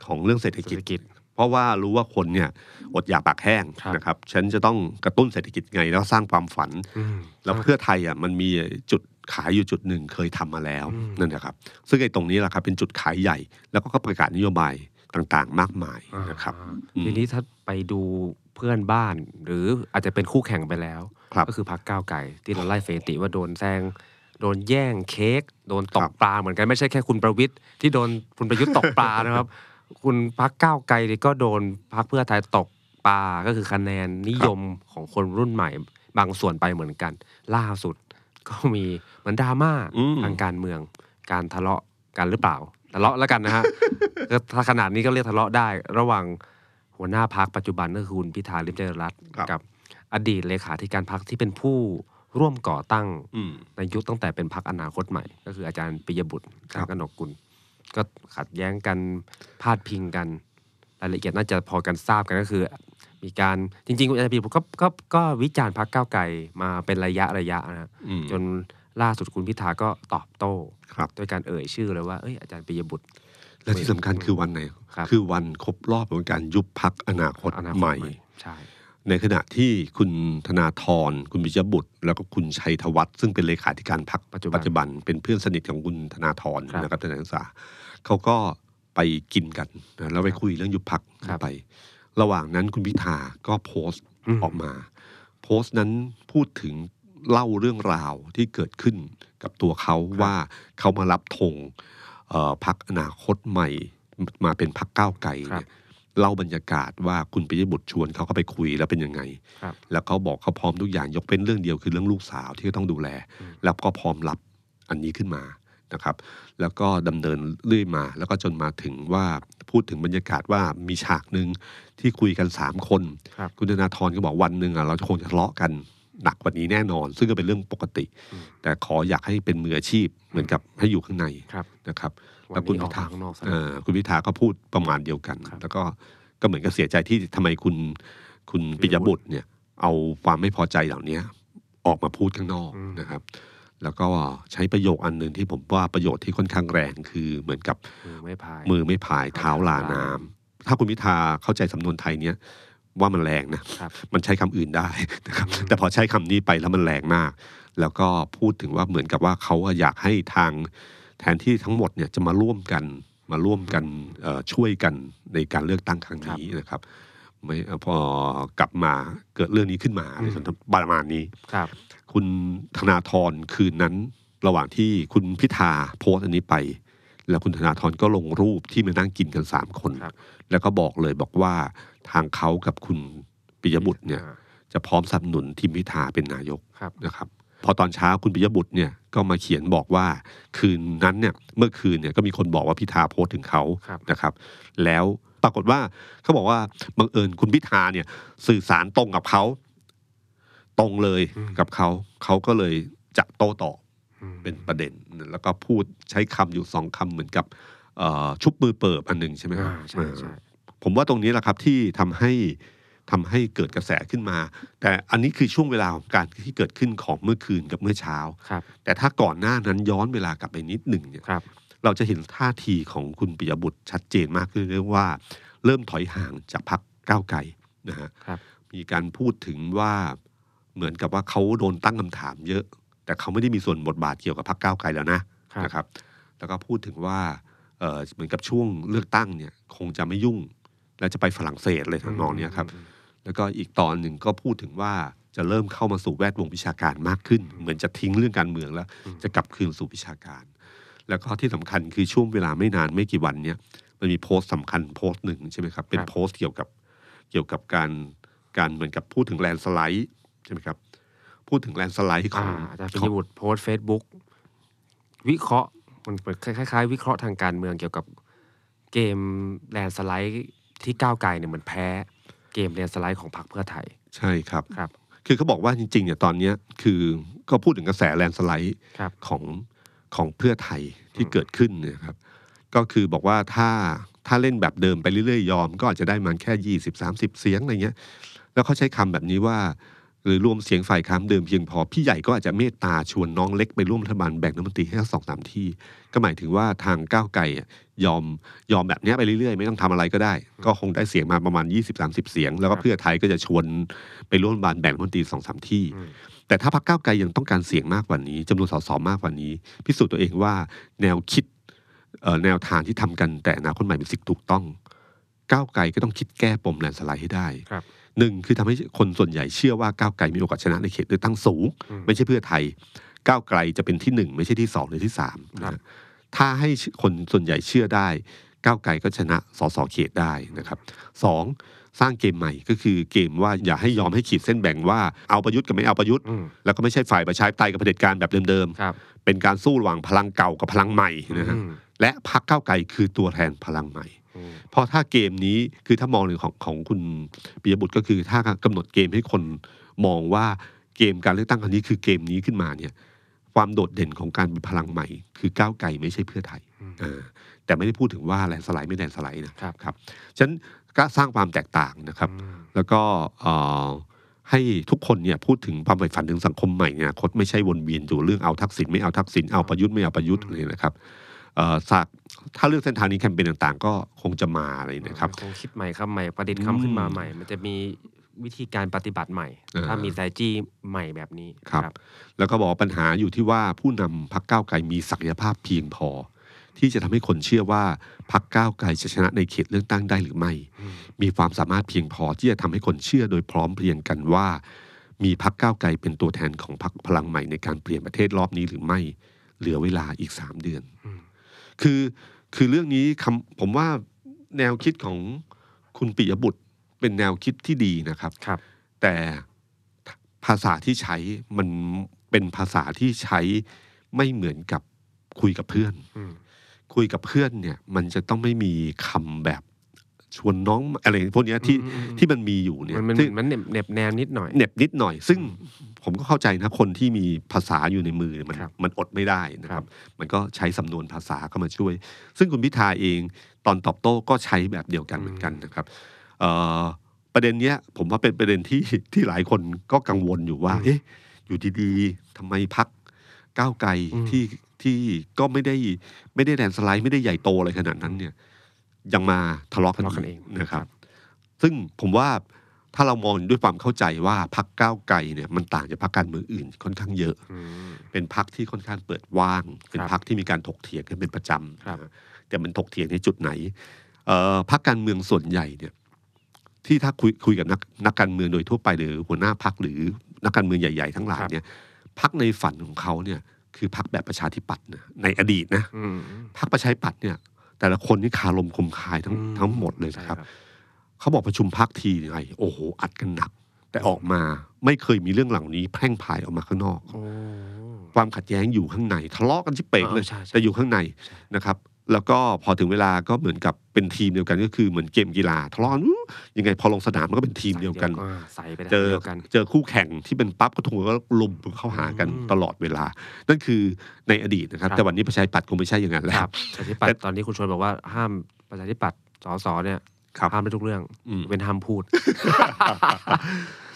[SPEAKER 2] ของเรื่องเศรษฐ
[SPEAKER 3] เศร
[SPEAKER 2] กิจ
[SPEAKER 3] ษฐกิจ
[SPEAKER 2] เพราะว่ารู้ว่าคนเนี่ยอดอยากปากแห้ง
[SPEAKER 3] ครับ
[SPEAKER 2] นะครับฉันจะต้องกระตุ้นเศรษฐกิจไงแล้วสร้างความฝัน
[SPEAKER 3] อืม
[SPEAKER 2] แล้วเพื่อไทยอ่ะมันมีจุดขายอยู่จุดหนึ่งเคยทำมาแล้ว
[SPEAKER 3] อืม
[SPEAKER 2] นั่นนะครับ ซึ่งไอ้ตรงนี้แหละครับเป็นจุดขายใหญ่ แล้วก็ประกาศนโยบายต่างๆ มากมายนะครับ
[SPEAKER 3] อ่า
[SPEAKER 2] อืม
[SPEAKER 3] ทีนี้ถ้าไปดูเพื่อนบ้าน หรืออาจจะเป็นคู่แข่งไปแล้ว
[SPEAKER 2] ครับ
[SPEAKER 3] ก็คือพักก้าวไก่ที่เราไล่เฟติว่าโดนแซงโดนแย่งเค้กโดนตกปลาเหมือนกันไม่ใช่แค่คุณประวิทย์ที่โดนคุณประยุทธ์ตกปลานะครับ คุณพักก้าวไกลนี่ก็โดนพักเพื่อไทยตกปลาก็คือคะแนนนิยมของคนรุ่นใหม่ บางส่วนไปเหมือนกัน ล่าสุดก็มีเหมือนดราม่า
[SPEAKER 2] อืม
[SPEAKER 3] ทางการเมืองการทะเลาะกันหรือเปล่า ทะเลาะแล้วกันนะ ฮะ ก็ถ้าขนาดนี้ก็เรียกทะเลาะได้ ระหว่างหัวหน้าพักปัจจุบันก็คือคุณพิธาลิมเจริญรัตน์
[SPEAKER 2] ครับ
[SPEAKER 3] กับ อดีตเลขาธิการพักที่เป็นผู้ร่วมก่อตั้ง
[SPEAKER 2] อืม
[SPEAKER 3] ในยุคตั้งแต่เป็นพักอนาคตใหม่ ก็คืออาจารย์ปิยบุตร
[SPEAKER 2] ครับ
[SPEAKER 3] กนกกุลก็ขัดแย้งกันพาดพิงกันรายละเอียดน่าจะพอกันทราบกันก็คือ มีการจริงๆคุณอาจารย์ปิยบุตรก็ก็ก็วิจารณ์พักก้าวไกลมาเป็นระยะระยะนะฮะ
[SPEAKER 2] อืม
[SPEAKER 3] จนล่าสุดคุณพิธาก็ตอบโต้
[SPEAKER 2] ครับ
[SPEAKER 3] ด้วยการเอ่ยชื่อเลยว่าเอ้ยอาจารย์ปิยบุตร
[SPEAKER 2] และที่สำคัญคือวันไหน
[SPEAKER 3] ครับ
[SPEAKER 2] คือวันครบรอบของการยุบพักอนาคต
[SPEAKER 3] อนาคต
[SPEAKER 2] ใหม่
[SPEAKER 3] ใช่
[SPEAKER 2] ในขณะที่คุณธนาธรคุณบิจบุตร แล้วก็คุณชัยธวัฒน์ซึ่งเป็นเลขาธิการพัก
[SPEAKER 3] ปัจจุบั
[SPEAKER 2] ปั
[SPEAKER 3] น
[SPEAKER 2] จจุบัน เป็นเพื่อนสนิทของคุณธนาธร
[SPEAKER 3] ครับ
[SPEAKER 2] นะครับทนายศึกษาเขาก็ไปกินกันนะแล้วไปคุยเรื่องยุบพัก
[SPEAKER 3] ครับ
[SPEAKER 2] ไป ระหว่างนั้นคุณพิธาก็โพสต์
[SPEAKER 3] อืม
[SPEAKER 2] ออกมา โพสต์นั้นพูดถึงเล่าเรื่องราวที่เกิดขึ้นกับตัวเขาว่าเขามารับธงเอ่อพักอนาคตใหม่มาเป็นพักก้าวไกล
[SPEAKER 3] ครั
[SPEAKER 2] เนี่
[SPEAKER 3] บ
[SPEAKER 2] ยเล่าบรรยากาศว่าคุณปิยบุตรชวนเขาก็ไปคุยแล้วเป็นยังไง
[SPEAKER 3] ครับ
[SPEAKER 2] แล้วเขาบอกเขาพร้อมทุกอย่างยกเป็นเรื่องเดียวคือเรื่องลูกสาวที่เขาต้องดูแล
[SPEAKER 3] อืม
[SPEAKER 2] แล้วก็พร้อมรับอันนี้ขึ้นมานะครับ แล้วก็ดำเนินเรื่อยมา แล้วก็จนมาถึงว่าพูดถึงบรรยากาศว่ามีฉากหนึ่งที่คุยกัน 3 คน
[SPEAKER 3] ครับ
[SPEAKER 2] คุณธนาธรก็บอกวันหนึ่งอะเราคงจะทะเลาะกันหนักกว่านี้แน่นอน ซึ่งก็เป็นเรื่องปกติ
[SPEAKER 3] อืม
[SPEAKER 2] แต่ขออยากให้เป็นมืออาชีพเหมือนกับให้อยู่ข้างใน
[SPEAKER 3] ครับ
[SPEAKER 2] นะครับ
[SPEAKER 3] วั
[SPEAKER 2] แล้ว
[SPEAKER 3] น
[SPEAKER 2] คุณ
[SPEAKER 3] นี้อ
[SPEAKER 2] พิ
[SPEAKER 3] อก
[SPEAKER 2] ธา
[SPEAKER 3] ข้างนอกซะ
[SPEAKER 2] เอ่อคุณพิธาก็พูดประมาณเดียวกัน
[SPEAKER 3] ครับ
[SPEAKER 2] แล้วก็ก็เหมือนกับเสียใจที่ทำไมคุณคุณ
[SPEAKER 3] ปิ
[SPEAKER 2] ปิ
[SPEAKER 3] ย
[SPEAKER 2] ย
[SPEAKER 3] บุ
[SPEAKER 2] บุ
[SPEAKER 3] ต
[SPEAKER 2] ต
[SPEAKER 3] ร
[SPEAKER 2] รเนี่ย เอาความไม่พอใจเหล่านี้ออกมาพูดข้างนอก
[SPEAKER 3] อืม
[SPEAKER 2] นะครับ แล้วก็ใช้ประโยคอันหนึ่งที่ผมว่าประโยชน์ที่ค่อนข้างแรงคือเหมือนกับ
[SPEAKER 3] มือไม่พาย
[SPEAKER 2] มือไม่พายเท้าลาน้ำถ้าคุณพิธาเข้าใจสำนวนไทยเนี้ยว่ามันแรงนะ
[SPEAKER 3] ครับ
[SPEAKER 2] มันใช้คำอื่นได้ นะครับ แต่พอใช้คำนี้ไปแล้วมันแรงมาก แล้วก็พูดถึงว่าเหมือนกับว่าเขาอะอยากให้ทางแทนที่ทั้งหมดเนี่ยจะมาร่วมกันมาร่วมกันเอ่อช่วยกันในการเลือกตั้งครั้งนี้นะครับไม่เอ่อพอกลับมาเกิดเรื่องนี้ขึ้นมาใน
[SPEAKER 3] อืม
[SPEAKER 2] สนทนาประมาณนี้
[SPEAKER 3] ครับ
[SPEAKER 2] คุณธนาธรคืนนั้นระหว่างที่คุณพิธาโพสต์อันนี้ไป แล้วคุณธนาธรก็ลงรูปที่มานั่งกินกันสามคน
[SPEAKER 3] ครับ
[SPEAKER 2] แล้วก็บอกเลยบอกว่าทางเขากับคุณปิยบุตรเนี่ย
[SPEAKER 3] อ่า
[SPEAKER 2] จะพร้อมสนับสนุนทีมพิธาเป็นนายก
[SPEAKER 3] ครับ
[SPEAKER 2] นะครับ พอตอนเช้าคุณปิยบุตรเนี่ยก็มาเขียนบอกว่า คืนนั้นเนี่ยเมื่อคืนเนี่ยก็มีคนบอกว่าพิธาโพสต์ถึงเขา
[SPEAKER 3] ครับ
[SPEAKER 2] นะครับ แล้วปรากฏว่าเขาบอกว่าบังเอิญคุณพิธาเนี่ย สื่อสารตรงกับเขา ตรงเลย
[SPEAKER 3] อืม
[SPEAKER 2] กับเขาเขาก็เลยจะโต้ตอบ
[SPEAKER 3] อืม
[SPEAKER 2] เป็นประเด็น แล้วก็พูดใช้คำอยู่สองคำเหมือนกับเอ่อชุบมือเปิบอันหนึ่งใช่ไหมครั
[SPEAKER 3] อ่า
[SPEAKER 2] บ
[SPEAKER 3] ใช่ใช่
[SPEAKER 2] ผมว่าตรงนี้แหละครับที่ทำให้ ทำให้เกิดกระแสขึ้นมา แต่อันนี้คือช่วงเวลาของการที่เกิดขึ้นของเมื่อคืนกับเมื่อเช้า
[SPEAKER 3] ครับ
[SPEAKER 2] แต่ถ้าก่อนหน้านั้นย้อนเวลากลับไปนิดหนึ่งเนี่ย
[SPEAKER 3] ครับ
[SPEAKER 2] เราจะเห็นท่าทีของคุณปิยบุตรชัดเจนมากขึ้นเรียกว่า เริ่มถอยห่างจากพรรคก้าวไกลนะฮะ
[SPEAKER 3] ครับ
[SPEAKER 2] มีการพูดถึงว่าเหมือนกับว่าเขาโดนตั้งคำถามเยอะ แต่เขาไม่ได้มีส่วนบทบาทเกี่ยวกับพรรคก้าวไกลแล้วนะครับ นะครับ แล้วก็พูดถึงว่าเอ่อเหมือนกับช่วงเลือกตั้งเนี่ยคงจะไม่ยุ่ง และจะไปฝรั่งเศสเลยทางนองเนี่ยครับ แล้วก็อีกตอนหนึ่งก็พูดถึงว่าจะเริ่มเข้ามาสู่แวดวงวิชาการมากขึ้น เหมือนจะทิ้งเรื่องการเมืองแล้ว จะกลับคืนสู่วิชาการ แล้วก็ที่สำคัญคือช่วงเวลาไม่นานไม่กี่วันเนี่ยมันมีโพสต์สำคัญโพสต์หนึ่งใช่ไหมครับ เป็น
[SPEAKER 3] ครับ
[SPEAKER 2] โพสต์เกี่ยวกับเกี่ยวกับการการเหมือนกับพูดถึงแลนด์สไลด์ใช่ไหมครับ พูดถึงแลนด์สไลด์ขอ
[SPEAKER 3] อ่าง อาจารย์
[SPEAKER 2] ข
[SPEAKER 3] ปิ
[SPEAKER 2] อง
[SPEAKER 3] ยบุตรโพสต์เฟซบุ๊กวิเคราะห์มันเป็นคล้ายๆ วิเคราะห์ทางการเมืองเกี่ยวกับเกมแลนด์สไลด์ที่ก้าวไกลเนี่ยเหมือนแพ้เกมแลนด์สไลด์ของพรรคเพื่อไทย
[SPEAKER 2] ใช่ครับ
[SPEAKER 3] ครับ
[SPEAKER 2] คือเขาบอกว่าจริงๆเนี่ยตอนเนี้ยคือก็พูดถึงกระแสแลนด์สไลด์
[SPEAKER 3] ครับ
[SPEAKER 2] ของของเพื่อไทยที่เกิดขึ้นเนะครับ ก็คือบอกว่าถ้าถ้าเล่นแบบเดิมไปเรื่อยๆ ยอม ก็อาจจะได้มันแค่ยี่สิบสามสิบเสียงอะไรเงี้ย แล้วเขาใช้คำแบบนี้ว่า หรือรวมเสียงฝ่ายค้านเดิมเพียงพอ พี่ใหญ่ก็อาจจะเมตตาชวนน้องเล็กไปร่วมรัฐบาลแบ่งน้ำมันตรีให้ทั้งสองสามที่ ก็หมายถึงว่าทางก้าวไกลอะยอมยอมแบบเนี้ยไปเรื่อยๆ ไม่ต้องทำอะไรก็ได้ ก็คงได้เสียงมาประมาณ 20-30 เสียง แล้วก็เพื่อไทยก็จะชวนไปร่วมรัฐบาลแบ่งรัฐมนตรีสองสามที่
[SPEAKER 3] อืม
[SPEAKER 2] แต่ถ้าพรรคก้าวไกลยังต้องการเสียงมากกว่านี้จำนวนสสมากกว่านี้ พิสูจน์ตัวเองว่าแนวคิดเอ่อแนวทางที่ทำกันแต่อนาคนใหม่เป็นสิ่งถูกต้อง ก้าวไกลก็ต้องคิดแก้ปมแลนด์สไลด์ให้ได้
[SPEAKER 3] ครับ
[SPEAKER 2] หนึ่งคือทำให้คนส่วนใหญ่เชื่อว่าก้าวไกลมีโอกาสชนะในเขตเลือกตั้งสูง
[SPEAKER 3] อืม
[SPEAKER 2] ไม่ใช่เพื่อไทย ก้าวไกลจะเป็นที่หนึ่งไม่ใช่ที่สองหรือที่สามนะ
[SPEAKER 3] ครั
[SPEAKER 2] ฮะ
[SPEAKER 3] บ
[SPEAKER 2] ถ้าให้คนส่วนใหญ่เชื่อได้ ก้าวไกลก็ชนะสสเขตได้นะครับสองสร้างเกมใหม่ก็คือเกมว่าอย่าให้ยอมให้ขีดเส้นแบ่งว่าเอาประยุทธ์กับไม่เอาประยุทธ์
[SPEAKER 3] อืม
[SPEAKER 2] แล้วก็ไม่ใช่ฝ่ายประชาธิปไตยกับเผด็จการแบบเดิม
[SPEAKER 3] ครับ
[SPEAKER 2] ๆ เป็นการสู้ระหว่างพลังเก่ากับพลังใหม่นะฮะ
[SPEAKER 3] อืม
[SPEAKER 2] และพรรคก้าวไกลคือตัวแทนพลังใหม่
[SPEAKER 3] อืม
[SPEAKER 2] เพราะถ้าเกมนี้คือถ้ามองในของของคุณปิยบุตรก็คือถ้ากำหนดเกมให้คนมองว่าเกมการเลือกตั้งครั้งนี้คือเกมนี้ขึ้นมาเนี่ยความโดดเด่นของการเป็นพลังใหม่ คือก้าวไกลไม่ใช่เพื่อไทย
[SPEAKER 3] อืม
[SPEAKER 2] เออแต่ไม่ได้พูดถึงว่าแลนด์สไลด์ไม่แลนด์สไลด์นะครับ ครับฉะนั้นก็สร้างความแตกต่างนะครับ
[SPEAKER 3] อืม
[SPEAKER 2] แล้วก็เอ่อให้ทุกคนเนี่ยพูดถึงความใฝ่ฝันถึงสังคมใหม่เนี่ยคตไม่ใช่วนเวียนอยู่เรื่องเอาทักษิณไม่เอาทักษิณเอาประยุทธ์ไม่เอาประยุทธ์อะไรนะครับเอ่อสากถ้าเลือกเส้นทางนี้แคมเปญต่างๆ ก็คงจะมาอะไรนะครับ
[SPEAKER 3] คงคิดใหม่ครับใหม่ประดิษฐ์
[SPEAKER 2] อืม
[SPEAKER 3] คำขึ้นมาใหม่ มันจะมีวิธีการปฏิบัติใหม่
[SPEAKER 2] อ่า
[SPEAKER 3] ถ้ามีไซจี้ใหม่แบบนี้
[SPEAKER 2] ครับ แล้วก็บอกปัญหาอยู่ที่ว่าผู้นำพักก้าวไกลมีศักยภาพเพียงพอ ที่จะทำให้คนเชื่อว่าพักก้าวไกลจะชนะในเขตเลือกตั้งได้หรือไม่
[SPEAKER 3] อืม
[SPEAKER 2] มีความสามารถเพียงพอที่จะทำให้คนเชื่อโดยพร้อมเพรียงกันว่า มีพักก้าวไกลเป็นตัวแทนของพักพลังใหม่ในการเปลี่ยนประเทศรอบนี้หรือไม่ เหลือเวลาอีกสามเดือน
[SPEAKER 3] อืม
[SPEAKER 2] คือคือเรื่องนี้คำผมว่าแนวคิดของคุณปิยบุตรเป็นแนวคิดที่ดีนะครับ
[SPEAKER 3] ครับ
[SPEAKER 2] แต่ภาษาที่ใช้มันเป็นภาษาที่ใช้ไม่เหมือนกับคุยกับเพื่อน
[SPEAKER 3] อืม
[SPEAKER 2] คุยกับเพื่อนเนี่ย มันจะต้องไม่มีคำแบบชวนน้องอะไรพวกเนี้ยที่
[SPEAKER 3] อืมอืมอืม
[SPEAKER 2] ที่มันมีอยู่เนี่ย
[SPEAKER 3] มันมัน
[SPEAKER 2] ซึ่ง
[SPEAKER 3] มันเหน็บเหน็บแนมนิดหน่อย
[SPEAKER 2] เหน็บนิดหน่อย ซึ่งผมก็เข้าใจนะคนที่มีภาษาอยู่ในมือเนี่ยมัน
[SPEAKER 3] ครับ
[SPEAKER 2] มันอดไม่ได้นะค
[SPEAKER 3] ครั
[SPEAKER 2] รับ
[SPEAKER 3] บ
[SPEAKER 2] มันก็ใช้สำนวนภาษาเข้ามาช่วย ซึ่งคุณพิธาเองตอนตอบโต้ก็ใช้แบบเดียวกันเหมือนกันนะครับเอ่อประเด็นเนี้ยผมว่าเป็นประเด็นที่ ที่หลายคนก็กังวลอยู่ว่า เอ๊ะอยู่ดีๆทำไมพักก้าวไกล
[SPEAKER 3] อืม
[SPEAKER 2] ที่ที่ก็ไม่ได้ไม่ได้แดนด์สไลด์ไม่ได้ใหญ่โตอะไรขนาดนั้นเนี่ยยังมาทะเลาะกัน
[SPEAKER 3] ทะเลาะกันเอง
[SPEAKER 2] นะครับ ซึ่งผมว่าถ้าเรามองด้วยความเข้าใจว่าพักก้าวไกลเนี่ยมันต่างจากพักการเมืองอื่นค่อนข้างเยอะ
[SPEAKER 3] อืม
[SPEAKER 2] เป็นพักที่ค่อนข้างเปิดว่าง เป็นพักที่มีการถกเถียงกันเป็นประจำ
[SPEAKER 3] ครับ
[SPEAKER 2] นะฮะแต่มันถกเถียงในจุดไหนเอ่อพักการเมืองส่วนใหญ่เนี่ยที่ถ้าคุยคุยกับนักนักการเมืองโดยทั่วไปหรือหัวหน้าพักหรือนักการเมืองใหญ่ ๆ ทั้งหลายเนี่ยพักในฝันของเขาเนี่ยคือพักแบบประชาธิปัตย์นะในอดีตนะ
[SPEAKER 3] อืม
[SPEAKER 2] พักประชาธิปัตย์เนี่ยแต่ละคนนี่คารมคมคายทั้งทั้งหมดเลย
[SPEAKER 3] ใช่
[SPEAKER 2] นะครับ เขาบอกประชุมพักทียังไงโอ้โห อัดกันหนัก แต่ออกมาไม่เคยมีเรื่องเหล่านี้แพร่งพรายออกมาข้างนอก
[SPEAKER 3] โอ้
[SPEAKER 2] ความขัดแย้งอยู่ข้างในทะเลาะกันชิบเป่งเลย
[SPEAKER 3] เออใช่ใช่
[SPEAKER 2] แต่อยู่ข้างในนะครับ แล้วก็พอถึงเวลาก็เหมือนกับเป็นทีมเดียวกันก็คือเหมือนเกมกีฬาทะเลาะกันอู้ยังไงพอลงสนามมันก็เป็นทีมเดียวกัน
[SPEAKER 3] อ่าใส่ไป
[SPEAKER 2] เจอ
[SPEAKER 3] เดียวกัน
[SPEAKER 2] เจอคู่แข่งที่เป็นปั๊บก็ถูกก็ลุมเข้าหากัน
[SPEAKER 3] อืม
[SPEAKER 2] ตลอดเวลา นั่นคือในอดีตนะครับ
[SPEAKER 3] ครับ
[SPEAKER 2] แต่วันนี้ประชาธิปัตย์คงไม่ใช่อย่างนั้นแล้
[SPEAKER 3] คว รับประชาธิปัตย์ตอนนี้คุณชวนบอกว่าห้ามประชาธิปัตย์สสเนี่ย
[SPEAKER 2] ครับ
[SPEAKER 3] ห้ามได้ทุกเรื่อง
[SPEAKER 2] อืม
[SPEAKER 3] เว้นห้ามพูด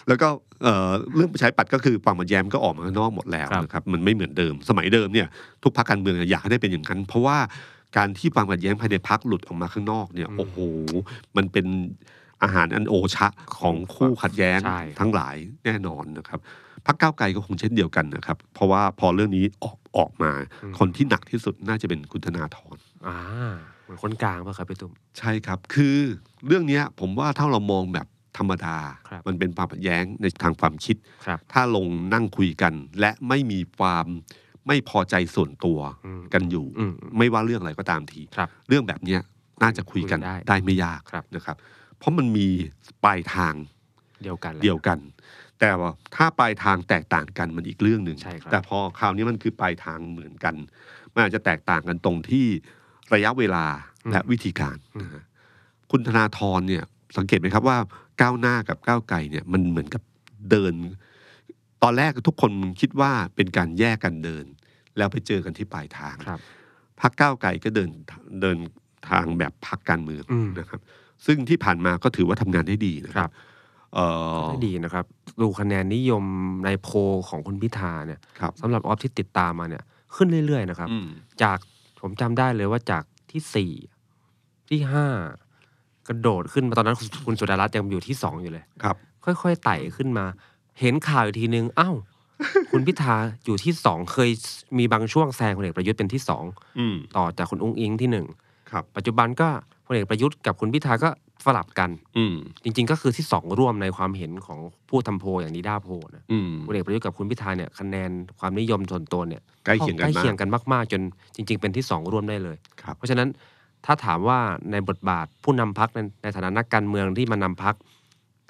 [SPEAKER 2] แล้วก็เอ่อเรื่องประชาธิปัตย์ก็คือความมันแย้มก็ออกมาข้างนอกหมดแล้ว
[SPEAKER 3] ครับ
[SPEAKER 2] นะครับมันไม่เหมือนเดิม สมัยเดิมเนี่ยทุกพรรคการเมืองอยากให้ได้เป็นอย่างนั้น เพราะว่าการที่ความขัดแย้งภายในพรรคหลุดออกมาข้างนอกเนี่ย
[SPEAKER 3] อืม
[SPEAKER 2] โอ้โหมันเป็นอาหารอันโอชะของคู่ขัดแย้ง
[SPEAKER 3] ใช่
[SPEAKER 2] ทั้งหลายแน่นอนนะครับพรรคก้าวไกลก็คงเช่นเดียวกันนะครับเพราะว่าพอเรื่องนี้ออกออกมา คนที่หนักที่สุดน่าจะเป็นคุณธนาธร
[SPEAKER 3] อ่าเหมือนคนกลางป่ะครับพี่ตุ้ม
[SPEAKER 2] ใช่ครับ คือเรื่องเนี้ยผมว่าถ้าเรามองแบบธรรมดา
[SPEAKER 3] ครับ
[SPEAKER 2] มันเป็นความขัดแย้งในทางความคิด
[SPEAKER 3] ครับ
[SPEAKER 2] ถ้าลงนั่งคุยกัน และไม่มีความไม่พอใจส่วนตัว
[SPEAKER 3] อืม
[SPEAKER 2] กันอยู่
[SPEAKER 3] อืม
[SPEAKER 2] ไม่ว่าเรื่องอะไรก็ตามที
[SPEAKER 3] ครับ
[SPEAKER 2] เรื่องแบบเนี้ยน่าจะคุยกัน
[SPEAKER 3] คุยกันได้
[SPEAKER 2] ได้ไม่ยาก
[SPEAKER 3] ครับ
[SPEAKER 2] นะครับ เพราะมันมีปลายทาง
[SPEAKER 3] เดียวกันแหละ
[SPEAKER 2] เดียวกัน แต่ว่าถ้าปลายทางแตกต่างกันมันอีกเรื่องหนึ่ง
[SPEAKER 3] ใช่ครับ
[SPEAKER 2] แต่พอคราวนี้มันคือปลายทางเหมือนกันมันอาจจะแตกต่างกันตรงที่ระยะเวลาและวิธีการ
[SPEAKER 3] อืม
[SPEAKER 2] คุณธนาธรเนี่ยสังเกตไหมครับว่าก้าวหน้ากับก้าวไกลเนี่ยมันเหมือนกับเดิน ตอนแรกทุกคนคิดว่าเป็นการแยกกันเดิน แล้วไปเจอกันที่ปลายทาง
[SPEAKER 3] ครับ
[SPEAKER 2] พักก้าวไกลก็เดินเดินทางแบบพักการเมือง
[SPEAKER 3] อืม
[SPEAKER 2] นะครับ ซึ่งที่ผ่านมาก็ถือว่าทำงานได้ดีนะ
[SPEAKER 3] ค
[SPEAKER 2] ค
[SPEAKER 3] รั
[SPEAKER 2] รับบ เอ่อ
[SPEAKER 3] ได้ดีนะครับ ดูคะแนนนิยมในโพลของคุณพิธาเนี่ย
[SPEAKER 2] ครับ
[SPEAKER 3] สำหรับออฟที่ติดตามมาเนี่ย ขึ้นเรื่อยๆนะครับ
[SPEAKER 2] อืม
[SPEAKER 3] จากผมจำได้เลยว่าจากที่สี่ที่ห้ากระโดดขึ้นมาตอนนั้นคุณคุณสุดารัตน์ยังอยู่ที่สองอยู่เลย
[SPEAKER 2] ครับ
[SPEAKER 3] ค่อยๆไต่ขึ้นมา เห็นข่าวอีกทีนึงอ้าว คุณพิธาอยู่ที่สองเคยมีบางช่วงแซงพลเอกประยุทธ์เป็นที่สอง
[SPEAKER 2] อืม
[SPEAKER 3] ต่อจากคุณอุ้งอิงที่หนึ่ง
[SPEAKER 2] ครับ
[SPEAKER 3] ปัจจุบันก็พลเอกประยุทธ์กับคุณพิธาก็สลับกัน
[SPEAKER 2] อืม
[SPEAKER 3] จริงๆ ก็คือที่สองร่วมในความเห็นของผู้ทำโพลอย่างนิด้าโพลนะ
[SPEAKER 2] อืม
[SPEAKER 3] พลเอกประยุทธ์กับคุณพิธาเนี่ยคะแนนความนิยมส่วนตัวเนี่ย
[SPEAKER 2] ใกล้เคียงกัน
[SPEAKER 3] ใกล้
[SPEAKER 2] มา
[SPEAKER 3] เคียง
[SPEAKER 2] ก
[SPEAKER 3] กันมาก ๆ จนจริง ๆ เป็นที่สองร่วมได้เลย
[SPEAKER 2] ครับ
[SPEAKER 3] เพราะฉะนั้นถ้าถามว่าในบทบาทผู้นำพักในในฐานะนักการเมืองที่มานำพัก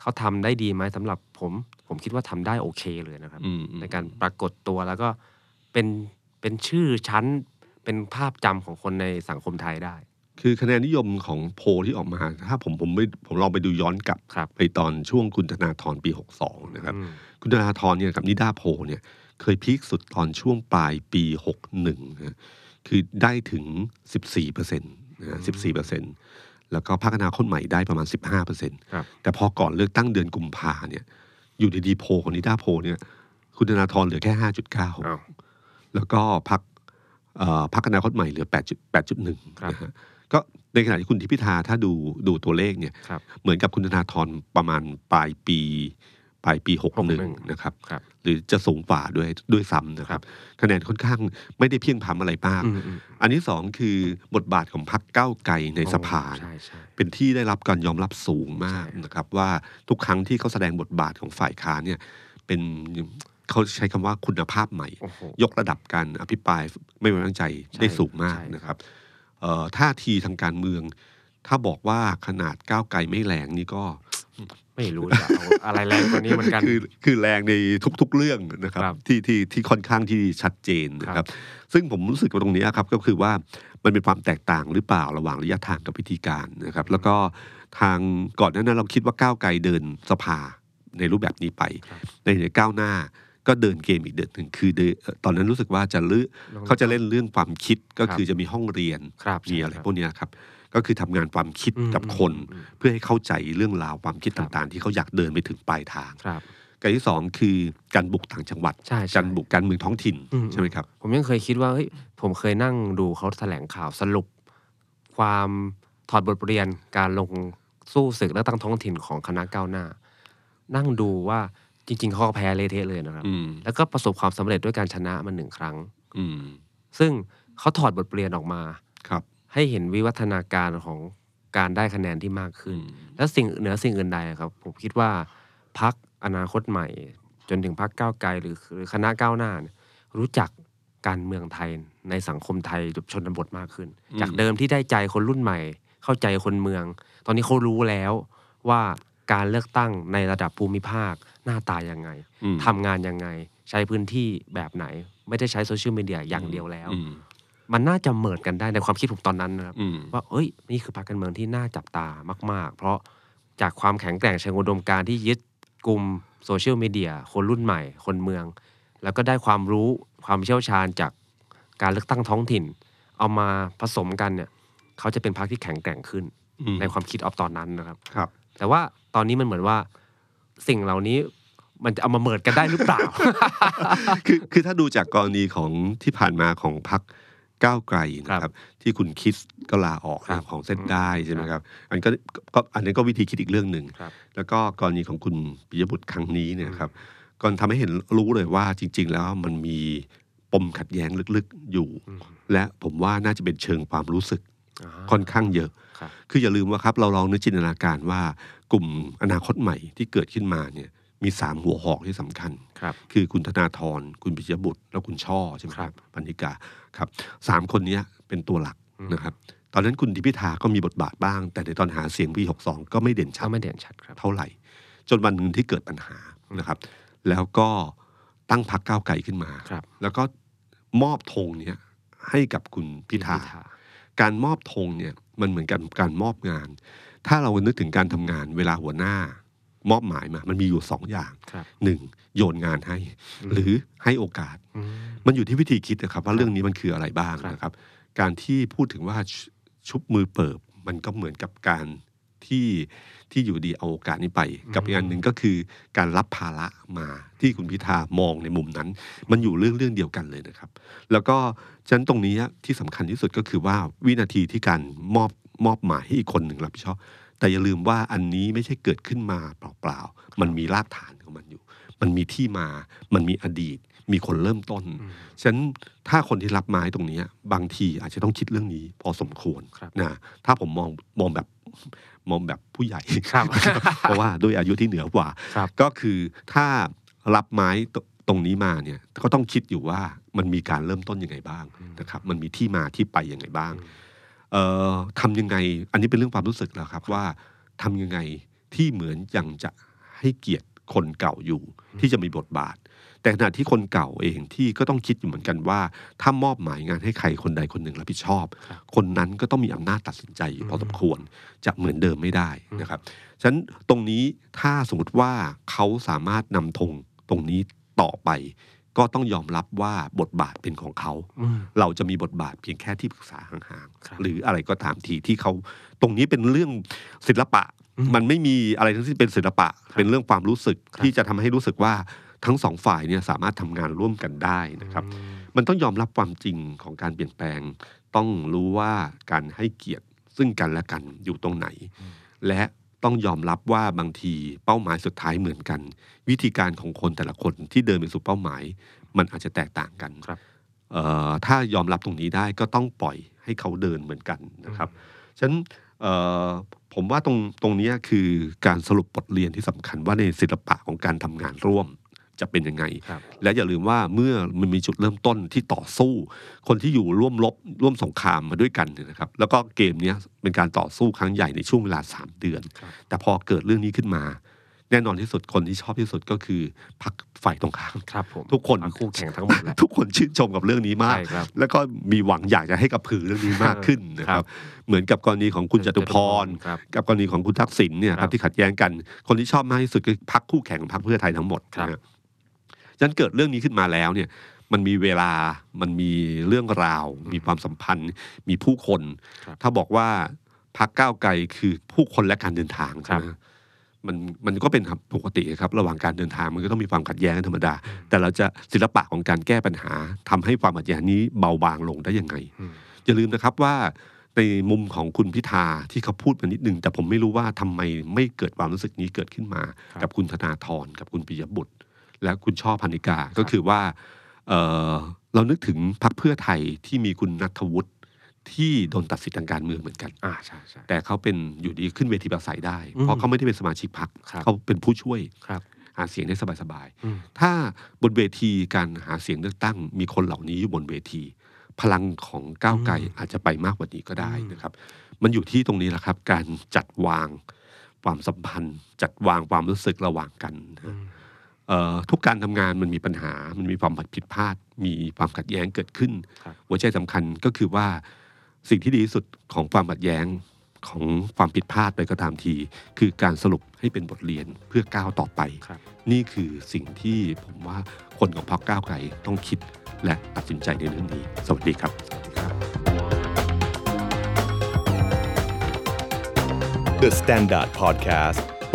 [SPEAKER 3] เขาทำได้ดีไหมสำหรับผม ผมคิดว่าทำได้โอเคเลยนะครับ
[SPEAKER 2] อืมอืม
[SPEAKER 3] ในการปรากฏตัวแล้วก็เป็นเป็นชื่อชั้นเป็นภาพจำของคนในสังคมไทยได้
[SPEAKER 2] คือคะแนนนิยมของโพลที่ออกมา ถ้าผมผมไม่ผมลองไปดูย้อนกลับ
[SPEAKER 3] ครับ
[SPEAKER 2] ไปตอนช่วงคุณธนาธรปี 62 นะครับ
[SPEAKER 3] อืม
[SPEAKER 2] คุณธนาธรเนี่ยกับนิดาโพลเนี่ยเคยพีคสุดตอนช่วงปลายปี 61นะคือได้ถึง 14เปอร์เซ็นต์นะ14เปอร์เซ็นต์แล้วก็พรรคอนาคตใหม่ได้ประมาณ 15เปอร์เซ็นต์
[SPEAKER 3] ครับ
[SPEAKER 2] แต่พอก่อนเลือกตั้งเดือนกุมภาเนี่ยอยู่ดีๆโพลของนิดาโพลเนี่ยคุณธนาธรเหลือแค่
[SPEAKER 3] อ้าว
[SPEAKER 2] 5.9 แล้วก็พรรคเอ่อพรรคอนาคตใหม่เหลือ 8.8.1นะฮะก็ในขณะที่คุณทิพิธาถ้าดูดูตัวเลขเนี่ย
[SPEAKER 3] ครับ
[SPEAKER 2] เหมือนกับคุณธนาธรประมาณปลายปีปลายปีหกหนึ่ง
[SPEAKER 3] 61
[SPEAKER 2] นะครับ
[SPEAKER 3] ครับ
[SPEAKER 2] หรือจะสูงกว่าด้วยด้วยซ้ำนะครับ คะแนนค่อนข้างไม่ได้เพียงพำอะไรมาก
[SPEAKER 3] อืมอืม
[SPEAKER 2] อันที่สองคือบทบาทของพรรคก้าวไกลในสภา
[SPEAKER 3] ใช่ใช่
[SPEAKER 2] เป็นที่ได้รับการยอมรับสูงมาก
[SPEAKER 3] ใช่
[SPEAKER 2] นะครับว่าทุกครั้งที่เขาแสดงบทบาทของฝ่ายค้านเนี่ยเป็นเขาใช้คำว่าคุณภาพใหม่
[SPEAKER 3] โอ้โห
[SPEAKER 2] ยกระดับการอภิปรายไม่ไว้วางใจได้
[SPEAKER 3] ใช่
[SPEAKER 2] สูงมาก
[SPEAKER 3] ใช่
[SPEAKER 2] นะครับเอ่อท่าทีทางการเมือง ถ้าบอกว่าขนาดก้าวไกลไม่แรงนี่ก็
[SPEAKER 3] ไม่รู้จะเอาอะไรแรงกว่านี้เหมือนกัน
[SPEAKER 2] คือคือแรงในทุกๆเรื่องนะครับ
[SPEAKER 3] ครับ
[SPEAKER 2] ที่ที่ที่ค่อนข้างที่ชัดเจนนะค
[SPEAKER 3] ครั
[SPEAKER 2] รับ
[SPEAKER 3] บ
[SPEAKER 2] ซึ่งผมรู้สึกว่าตรงเนี้ยครับก็คือว่ามันเป็นความแตกต่างหรือเปล่าระหว่างระยะทางกับวิธีการนะครับ แล้วก็ทางก่อนหน้านั้นเราคิดว่าก้าวไกลเดินสภาในรูปแบบนี้ไป ในในก้าวหน้าก็เดินเกมอีกเดินหนึ่งคือเดินเอ่อตอนนั้นรู้สึกว่าจะเลือก เขาจะเล่นเรื่องความคิดก็คือจะมีห้องเรียน
[SPEAKER 3] ครับ
[SPEAKER 2] มีอะไร
[SPEAKER 3] ใช่ครับ
[SPEAKER 2] พวกเนี้ยครับ ก็คือทำงานความคิด
[SPEAKER 3] อืม
[SPEAKER 2] กับคน
[SPEAKER 3] อืมอืม
[SPEAKER 2] เพื่อให้เข้าใจเรื่องราวความคิด
[SPEAKER 3] ครับ
[SPEAKER 2] ต่างๆ ที่เขาอยากเดินไปถึงปลายทาง
[SPEAKER 3] ครับ
[SPEAKER 2] การที่สองคือการบุกต่างจังหวัด
[SPEAKER 3] ใช่ใช่
[SPEAKER 2] การบุกการเมืองท้องถิ่น
[SPEAKER 3] อืม
[SPEAKER 2] ใช่ไหมครับ
[SPEAKER 3] ผมยังเคยคิดว่าเฮ้ยผมเคยนั่งดูเขาแถลงข่าวสรุป ความถอดบทเรียนการลงสู้ศึกและตั้งท้องถิ่นของคณะก้าวหน้า นั่งดูว่าจริง ๆเขาก็แพ้เละเทะเลยนะครับ
[SPEAKER 2] อืม
[SPEAKER 3] แล้วก็ประสบความสำเร็จด้วยการชนะมันหนึ่งครั้ง
[SPEAKER 2] อืม
[SPEAKER 3] ซึ่งเขาถอดบทเรียนออกมา
[SPEAKER 2] ครับ
[SPEAKER 3] ให้เห็นวิวัฒนาการของการได้คะแนนที่มากขึ้
[SPEAKER 2] อื
[SPEAKER 3] น
[SPEAKER 2] ม
[SPEAKER 3] และสิ่งเหนือสิ่งอื่นใดอะครับ ผมคิดว่าพักอนาคตใหม่ จนถึงพักก้าวไกลหรือหรือคณะก้าวหน้าเนี่ยรู้จักการเมืองไทยในสังคมไทยชนบทมากขึ้น จากเดิมที่ได้ใจคนรุ่นใหม่ เข้าใจคนเมือง ตอนนี้เขารู้แล้วว่าการเลือกตั้งในระดับภูมิภาคหน้าตายังไง
[SPEAKER 2] อืม
[SPEAKER 3] ทำงานยังไง ใช้พื้นที่แบบไหน ไม่ได้ใช้โซเชียลมีเดียอย่างเดียวแล้ว
[SPEAKER 2] อืม
[SPEAKER 3] มันน่าจะเหมือนกันได้ในความคิดผมตอนนั้นนะครับ
[SPEAKER 2] อืม
[SPEAKER 3] ว่าเอ้ย นี่คือพรรคการเมืองที่น่าจับตามาก ๆ เพราะจากความแข็งแกร่งเชิงอุดมการณ์ที่ยึดกลุ่มโซเชียลมีเดียคนรุ่นใหม่ คนเมือง แล้วก็ได้ความรู้ความเชี่ยวชาญจากการเลือกตั้งท้องถิ่น เอามาผสมกันเนี่ย เขาจะเป็นพรรคที่แข็งแกร่งขึ้น
[SPEAKER 2] อืม
[SPEAKER 3] ในความคิดออฟตอนนั้นนะครับ
[SPEAKER 2] ครับ
[SPEAKER 3] แต่ว่าตอนนี้มันเหมือนว่าสิ่งเหล่านี้มันจะเอามาเมิดกันได้หรือเป ล่า
[SPEAKER 2] คือคือถ้าดูจากกรณีของที่ผ่านมาของพรรคก้าวไกลนะครับ ที่คุณคิดก็ลาออก
[SPEAKER 3] ครับ
[SPEAKER 2] ของเส้นได้ใช่ไหมครับ อันก็ก็อันนี้ก็วิธีคิดอีกเรื่องหนึ่ง
[SPEAKER 3] ครับ
[SPEAKER 2] แล้วก็กรณีของคุณปิยบุตรครั้งนี้เนี่ยครับก็ทำให้เห็นรู้เลยว่าจริง ๆ แล้วมันมีปมขัดแย้งลึกๆอยู่
[SPEAKER 3] อืม
[SPEAKER 2] และผมว่าน่าจะเป็นเชิงความรู้สึก
[SPEAKER 3] อ่า
[SPEAKER 2] ค่อนข้างเยอะ
[SPEAKER 3] ครับ
[SPEAKER 2] คืออย่าลืมว่าครับเราลองนึกจินตนาการว่ากลุ่มอนาคตใหม่ที่เกิดขึ้นมาเนี่ยมีสามหัวหอกที่สำคัญ
[SPEAKER 3] ครับ
[SPEAKER 2] คือคุณธนาธรคุณปิยบุตร แล้วคุณช่อใช่ไหมค
[SPEAKER 3] ครั
[SPEAKER 2] รับบ พันิกาครับสามคนเนี้ยเป็นตัวหลักนะครับ ตอนนั้นคุณทิพิธาก็มีบทบาทบ้าง แต่ในตอนหาเสียงปี 62 ก็ไม่เด่นชั
[SPEAKER 3] ถ้า
[SPEAKER 2] ด
[SPEAKER 3] ไม่เด่นชัดครับ
[SPEAKER 2] เท่าไหร่ จนวันหนึ่งที่เกิดปัญหานะครับ แล้วก็ตั้งพรรคก้าวไกลขึ้นมา
[SPEAKER 3] ครับ
[SPEAKER 2] แล้วก็มอบธงเนี้ยให้กับคุณพิธา
[SPEAKER 3] พิธา
[SPEAKER 2] การมอบธงเนี่ยมันเหมือนกันการมอบงาน ถ้าเรานึกถึงการทำงานเวลาหัวหน้า มอบหมายมา มันมีอยู่สองอย่าง
[SPEAKER 3] ครับ
[SPEAKER 2] หนึ่งโยนงานให้
[SPEAKER 3] อืม
[SPEAKER 2] หรือให้โอกาส
[SPEAKER 3] อืม
[SPEAKER 2] มันอยู่ที่วิธีคิดนะครับ ว่าเรื่องนี้มันคืออะไรบ้าง
[SPEAKER 3] ครับ
[SPEAKER 2] นะครับ การที่พูดถึงว่าชชุบมือเปิบ มันก็เหมือนกับการที่ที่อยู่ดีเอาโอกาสนี้ไป กับอีกอันหนึ่งก็คือการรับภาระมาที่คุณพิธามองในมุมนั้น มันอยู่เรื่องเรื่องเดียวกันเลยนะครับ แล้วก็ฉะนั้นตรงนี้ที่สำคัญที่สุดก็คือว่าวินาทีที่การมอบมอบหมายให้อีกคนหนึ่งรับผิดชอบแต่อย่าลืมว่าอันนี้ไม่ใช่เกิดขึ้นมาเปล่าๆมันมีรากฐานของมันอยู่ มันมีที่มา มันมีอดีต มีคนเริ่มต้น ฉะนั้นถ้าคนที่รับไม้ตรงเนี้ยบางทีอาจจะต้องคิดเรื่องนี้พอสมควร
[SPEAKER 3] ครับ
[SPEAKER 2] นะถ้าผมมองมองแบบมองแบบผู้ใหญ่
[SPEAKER 3] ครับ
[SPEAKER 2] เพราะว่าด้วยอายุที่เหนือกว่า
[SPEAKER 3] ครับ
[SPEAKER 2] ก็คือถ้ารับไม้ตตรงนี้มาเนี่ยก็ต้องคิดอยู่ว่ามันมีการเริ่มต้นยังไงบ้างนะครับ มันมีที่มาที่ไปยังไงบ้าง เอ่อทำยังไง อันนี้เป็นเรื่องความรู้สึกแล้วครับว่าทำยังไงที่เหมือนยังจะให้เกียรติคนเก่าอยู่ ที่จะมีบทบาท แต่ขณะที่คนเก่าเองที่ก็ต้องคิดอยู่เหมือนกันว่า ถ้ามอบหมายงานให้ใครคนใดคนหนึ่งรับผิดชอบ
[SPEAKER 3] ครับ
[SPEAKER 2] คนนั้นก็ต้องมีอำนาจตัดสินใจอยู่พอสมควรจะเหมือนเดิมไม่ได้นะครับฉะนั้นตรงนี้ถ้าสมมติว่าเขาสามารถนำธงตรงนี้ต่อไป ก็ต้องยอมรับว่าบทบาทเป็นของเขา
[SPEAKER 3] อืม
[SPEAKER 2] เราจะมีบทบาทเพียงแค่ที่ปรึกษาห่าง
[SPEAKER 3] ครับ
[SPEAKER 2] ๆ หรืออะไรก็ตามทีที่เขาตรงนี้เป็นเรื่องศิลปะ มันไม่มีอะไรทั้งสิ้นเป็นศิลปะ เป็นเรื่องความรู้สึก
[SPEAKER 3] ครับ
[SPEAKER 2] ที่จะทำให้รู้สึกว่าทั้งสองฝ่ายเนี่ยสามารถทำงานร่วมกันได้นะครับ
[SPEAKER 3] อืม
[SPEAKER 2] มันต้องยอมรับความจริงของการเปลี่ยนแปลง ต้องรู้ว่าการให้เกียรติซึ่งกันและกันอยู่ตรงไหน และต้องยอมรับว่าบางทีเป้าหมายสุดท้ายเหมือนกัน วิธีการของคนแต่ละคนที่เดินไปสู่เป้าหมาย มันอาจจะแตกต่างกัน
[SPEAKER 3] ครับ
[SPEAKER 2] เอ่อถ้ายอมรับตรงนี้ได้ก็ต้องปล่อยให้เขาเดินเหมือนกันนะครับ ฉะนั้นเอ่อผมว่าตรงตรงเนี้ยคือการสรุปบทเรียนที่สำคัญว่าในศิลปะของการทำงานร่วมจะเป็นยังไง
[SPEAKER 3] ครับ
[SPEAKER 2] และอย่าลืมว่าเมื่อมันมีจุดเริ่มต้นที่ต่อสู้ คนที่อยู่ร่วมรบร่วมสงครามมาด้วยกันเนี่ยนะครับ แล้วก็เกมเนี้ยเป็นการต่อสู้ครั้งใหญ่ในช่วงเวลา 3 เดือน
[SPEAKER 3] ครับ
[SPEAKER 2] แต่พอเกิดเรื่องนี้ขึ้นมา แน่นอนที่สุดคนที่ชอบที่สุดก็คือพรรคฝ่ายตรงข้าม
[SPEAKER 3] ครับผม
[SPEAKER 2] ทุกคน
[SPEAKER 3] เอาคู่แข่งทั้งหมดแหละ
[SPEAKER 2] ทุกคนชื่นชมกับเรื่องนี้มาก
[SPEAKER 3] ใช่ครับ
[SPEAKER 2] แล้วก็มีหวังอยากจะให้กับผือเรื่องนี้มากขึ้นนะค
[SPEAKER 3] ครั
[SPEAKER 2] รับ
[SPEAKER 3] บ
[SPEAKER 2] เหมือนกับกรณีของคุณจตุพร
[SPEAKER 3] ครับ
[SPEAKER 2] กับกรณีของคุณทักษิณเนี่ย
[SPEAKER 3] ค
[SPEAKER 2] ค
[SPEAKER 3] รั
[SPEAKER 2] รั
[SPEAKER 3] บบ
[SPEAKER 2] ที่ขัดแย้งกัน คนที่ชอบมากที่สุดคือพรรคคู่แข่งของพรรคเพื่อไทยทั้งหมด
[SPEAKER 3] ครับ
[SPEAKER 2] นะฮะฉะนันเกิดเรื่องนี้ขึ้นมาแล้วเนี่ยมันมีเวลามันมีเรื่องราว มีความสัมพันธ์ มีผู้คน ถ้าบอกว่าพรรคก้าวไกลคือผู้คนและการเดินทางใช่ไหมมันมันก็เป็นครับปกติครับ ระหว่างการเดินทางมันก็ต้องมีความขัดแย้งธรรมดา แต่เราจะศิลปะของการแก้ปัญหาทำให้ความขัดแย้งนี้เบาบางลงได้ยังไง
[SPEAKER 3] อืม
[SPEAKER 2] อย่าลืมนะครับว่าในมุมของคุณพิธาที่เขาพูดมานิดหนึ่งแต่ผมไม่รู้ว่าทำไมไม่เกิดความรู้สึกนี้เกิดขึ้นมา
[SPEAKER 3] ครับ
[SPEAKER 2] กับคุณธนาธรกับคุณปิยบุตร และคุณช่อพันิกาก็คือว่าเอ่อเรานึกถึงพรรคเพื่อไทยที่มีคุณนัทวุฒิที่โดนตัดสิทธิ์ทางการเมืองเหมือนกัน
[SPEAKER 3] อ่าใช่ใช่
[SPEAKER 2] แต่เขาเป็นอยู่ดีขึ้นเวทีปราศัยได้
[SPEAKER 3] อืม
[SPEAKER 2] เพราะเขาไม่ได้เป็นสมาชิกพรรค
[SPEAKER 3] ครับ
[SPEAKER 2] เขาเป็นผู้ช่วย
[SPEAKER 3] ครับ
[SPEAKER 2] หาเสียงได้สบาย
[SPEAKER 3] อืม
[SPEAKER 2] ๆถ้าบนเวทีการหาเสียงเลือกตั้ง มีคนเหล่านี้อยู่บนเวที พลังของก้าวไกลอาจจะไปมากกว่านี้ก็ได้นะครับ มันอยู่ที่ตรงนี้แหละครับ การจัดวางความสัมพันธ์ จัดวางความรู้สึกระหว่างกันนะเอ่อทุกการทำงานมันมีปัญหา มันมีความผิดพลาด มีความขัดแย้งเกิดขึ้น
[SPEAKER 3] ครับ
[SPEAKER 2] หัวใจสำคัญก็คือว่าสิ่งที่ดีที่สุดของความขัดแย้งของความผิดพลาดไปก็ตามที คือการสรุปให้เป็นบทเรียนเพื่อก้าวต่อไป
[SPEAKER 3] ครับ
[SPEAKER 2] นี่คือสิ่งที่ผมว่าคนของพรรคก้าวไกลต้องคิดและตัดสินใจในเรื่องนี้ สวัสดีครับ
[SPEAKER 3] ครับ
[SPEAKER 1] The Standard Podcast เ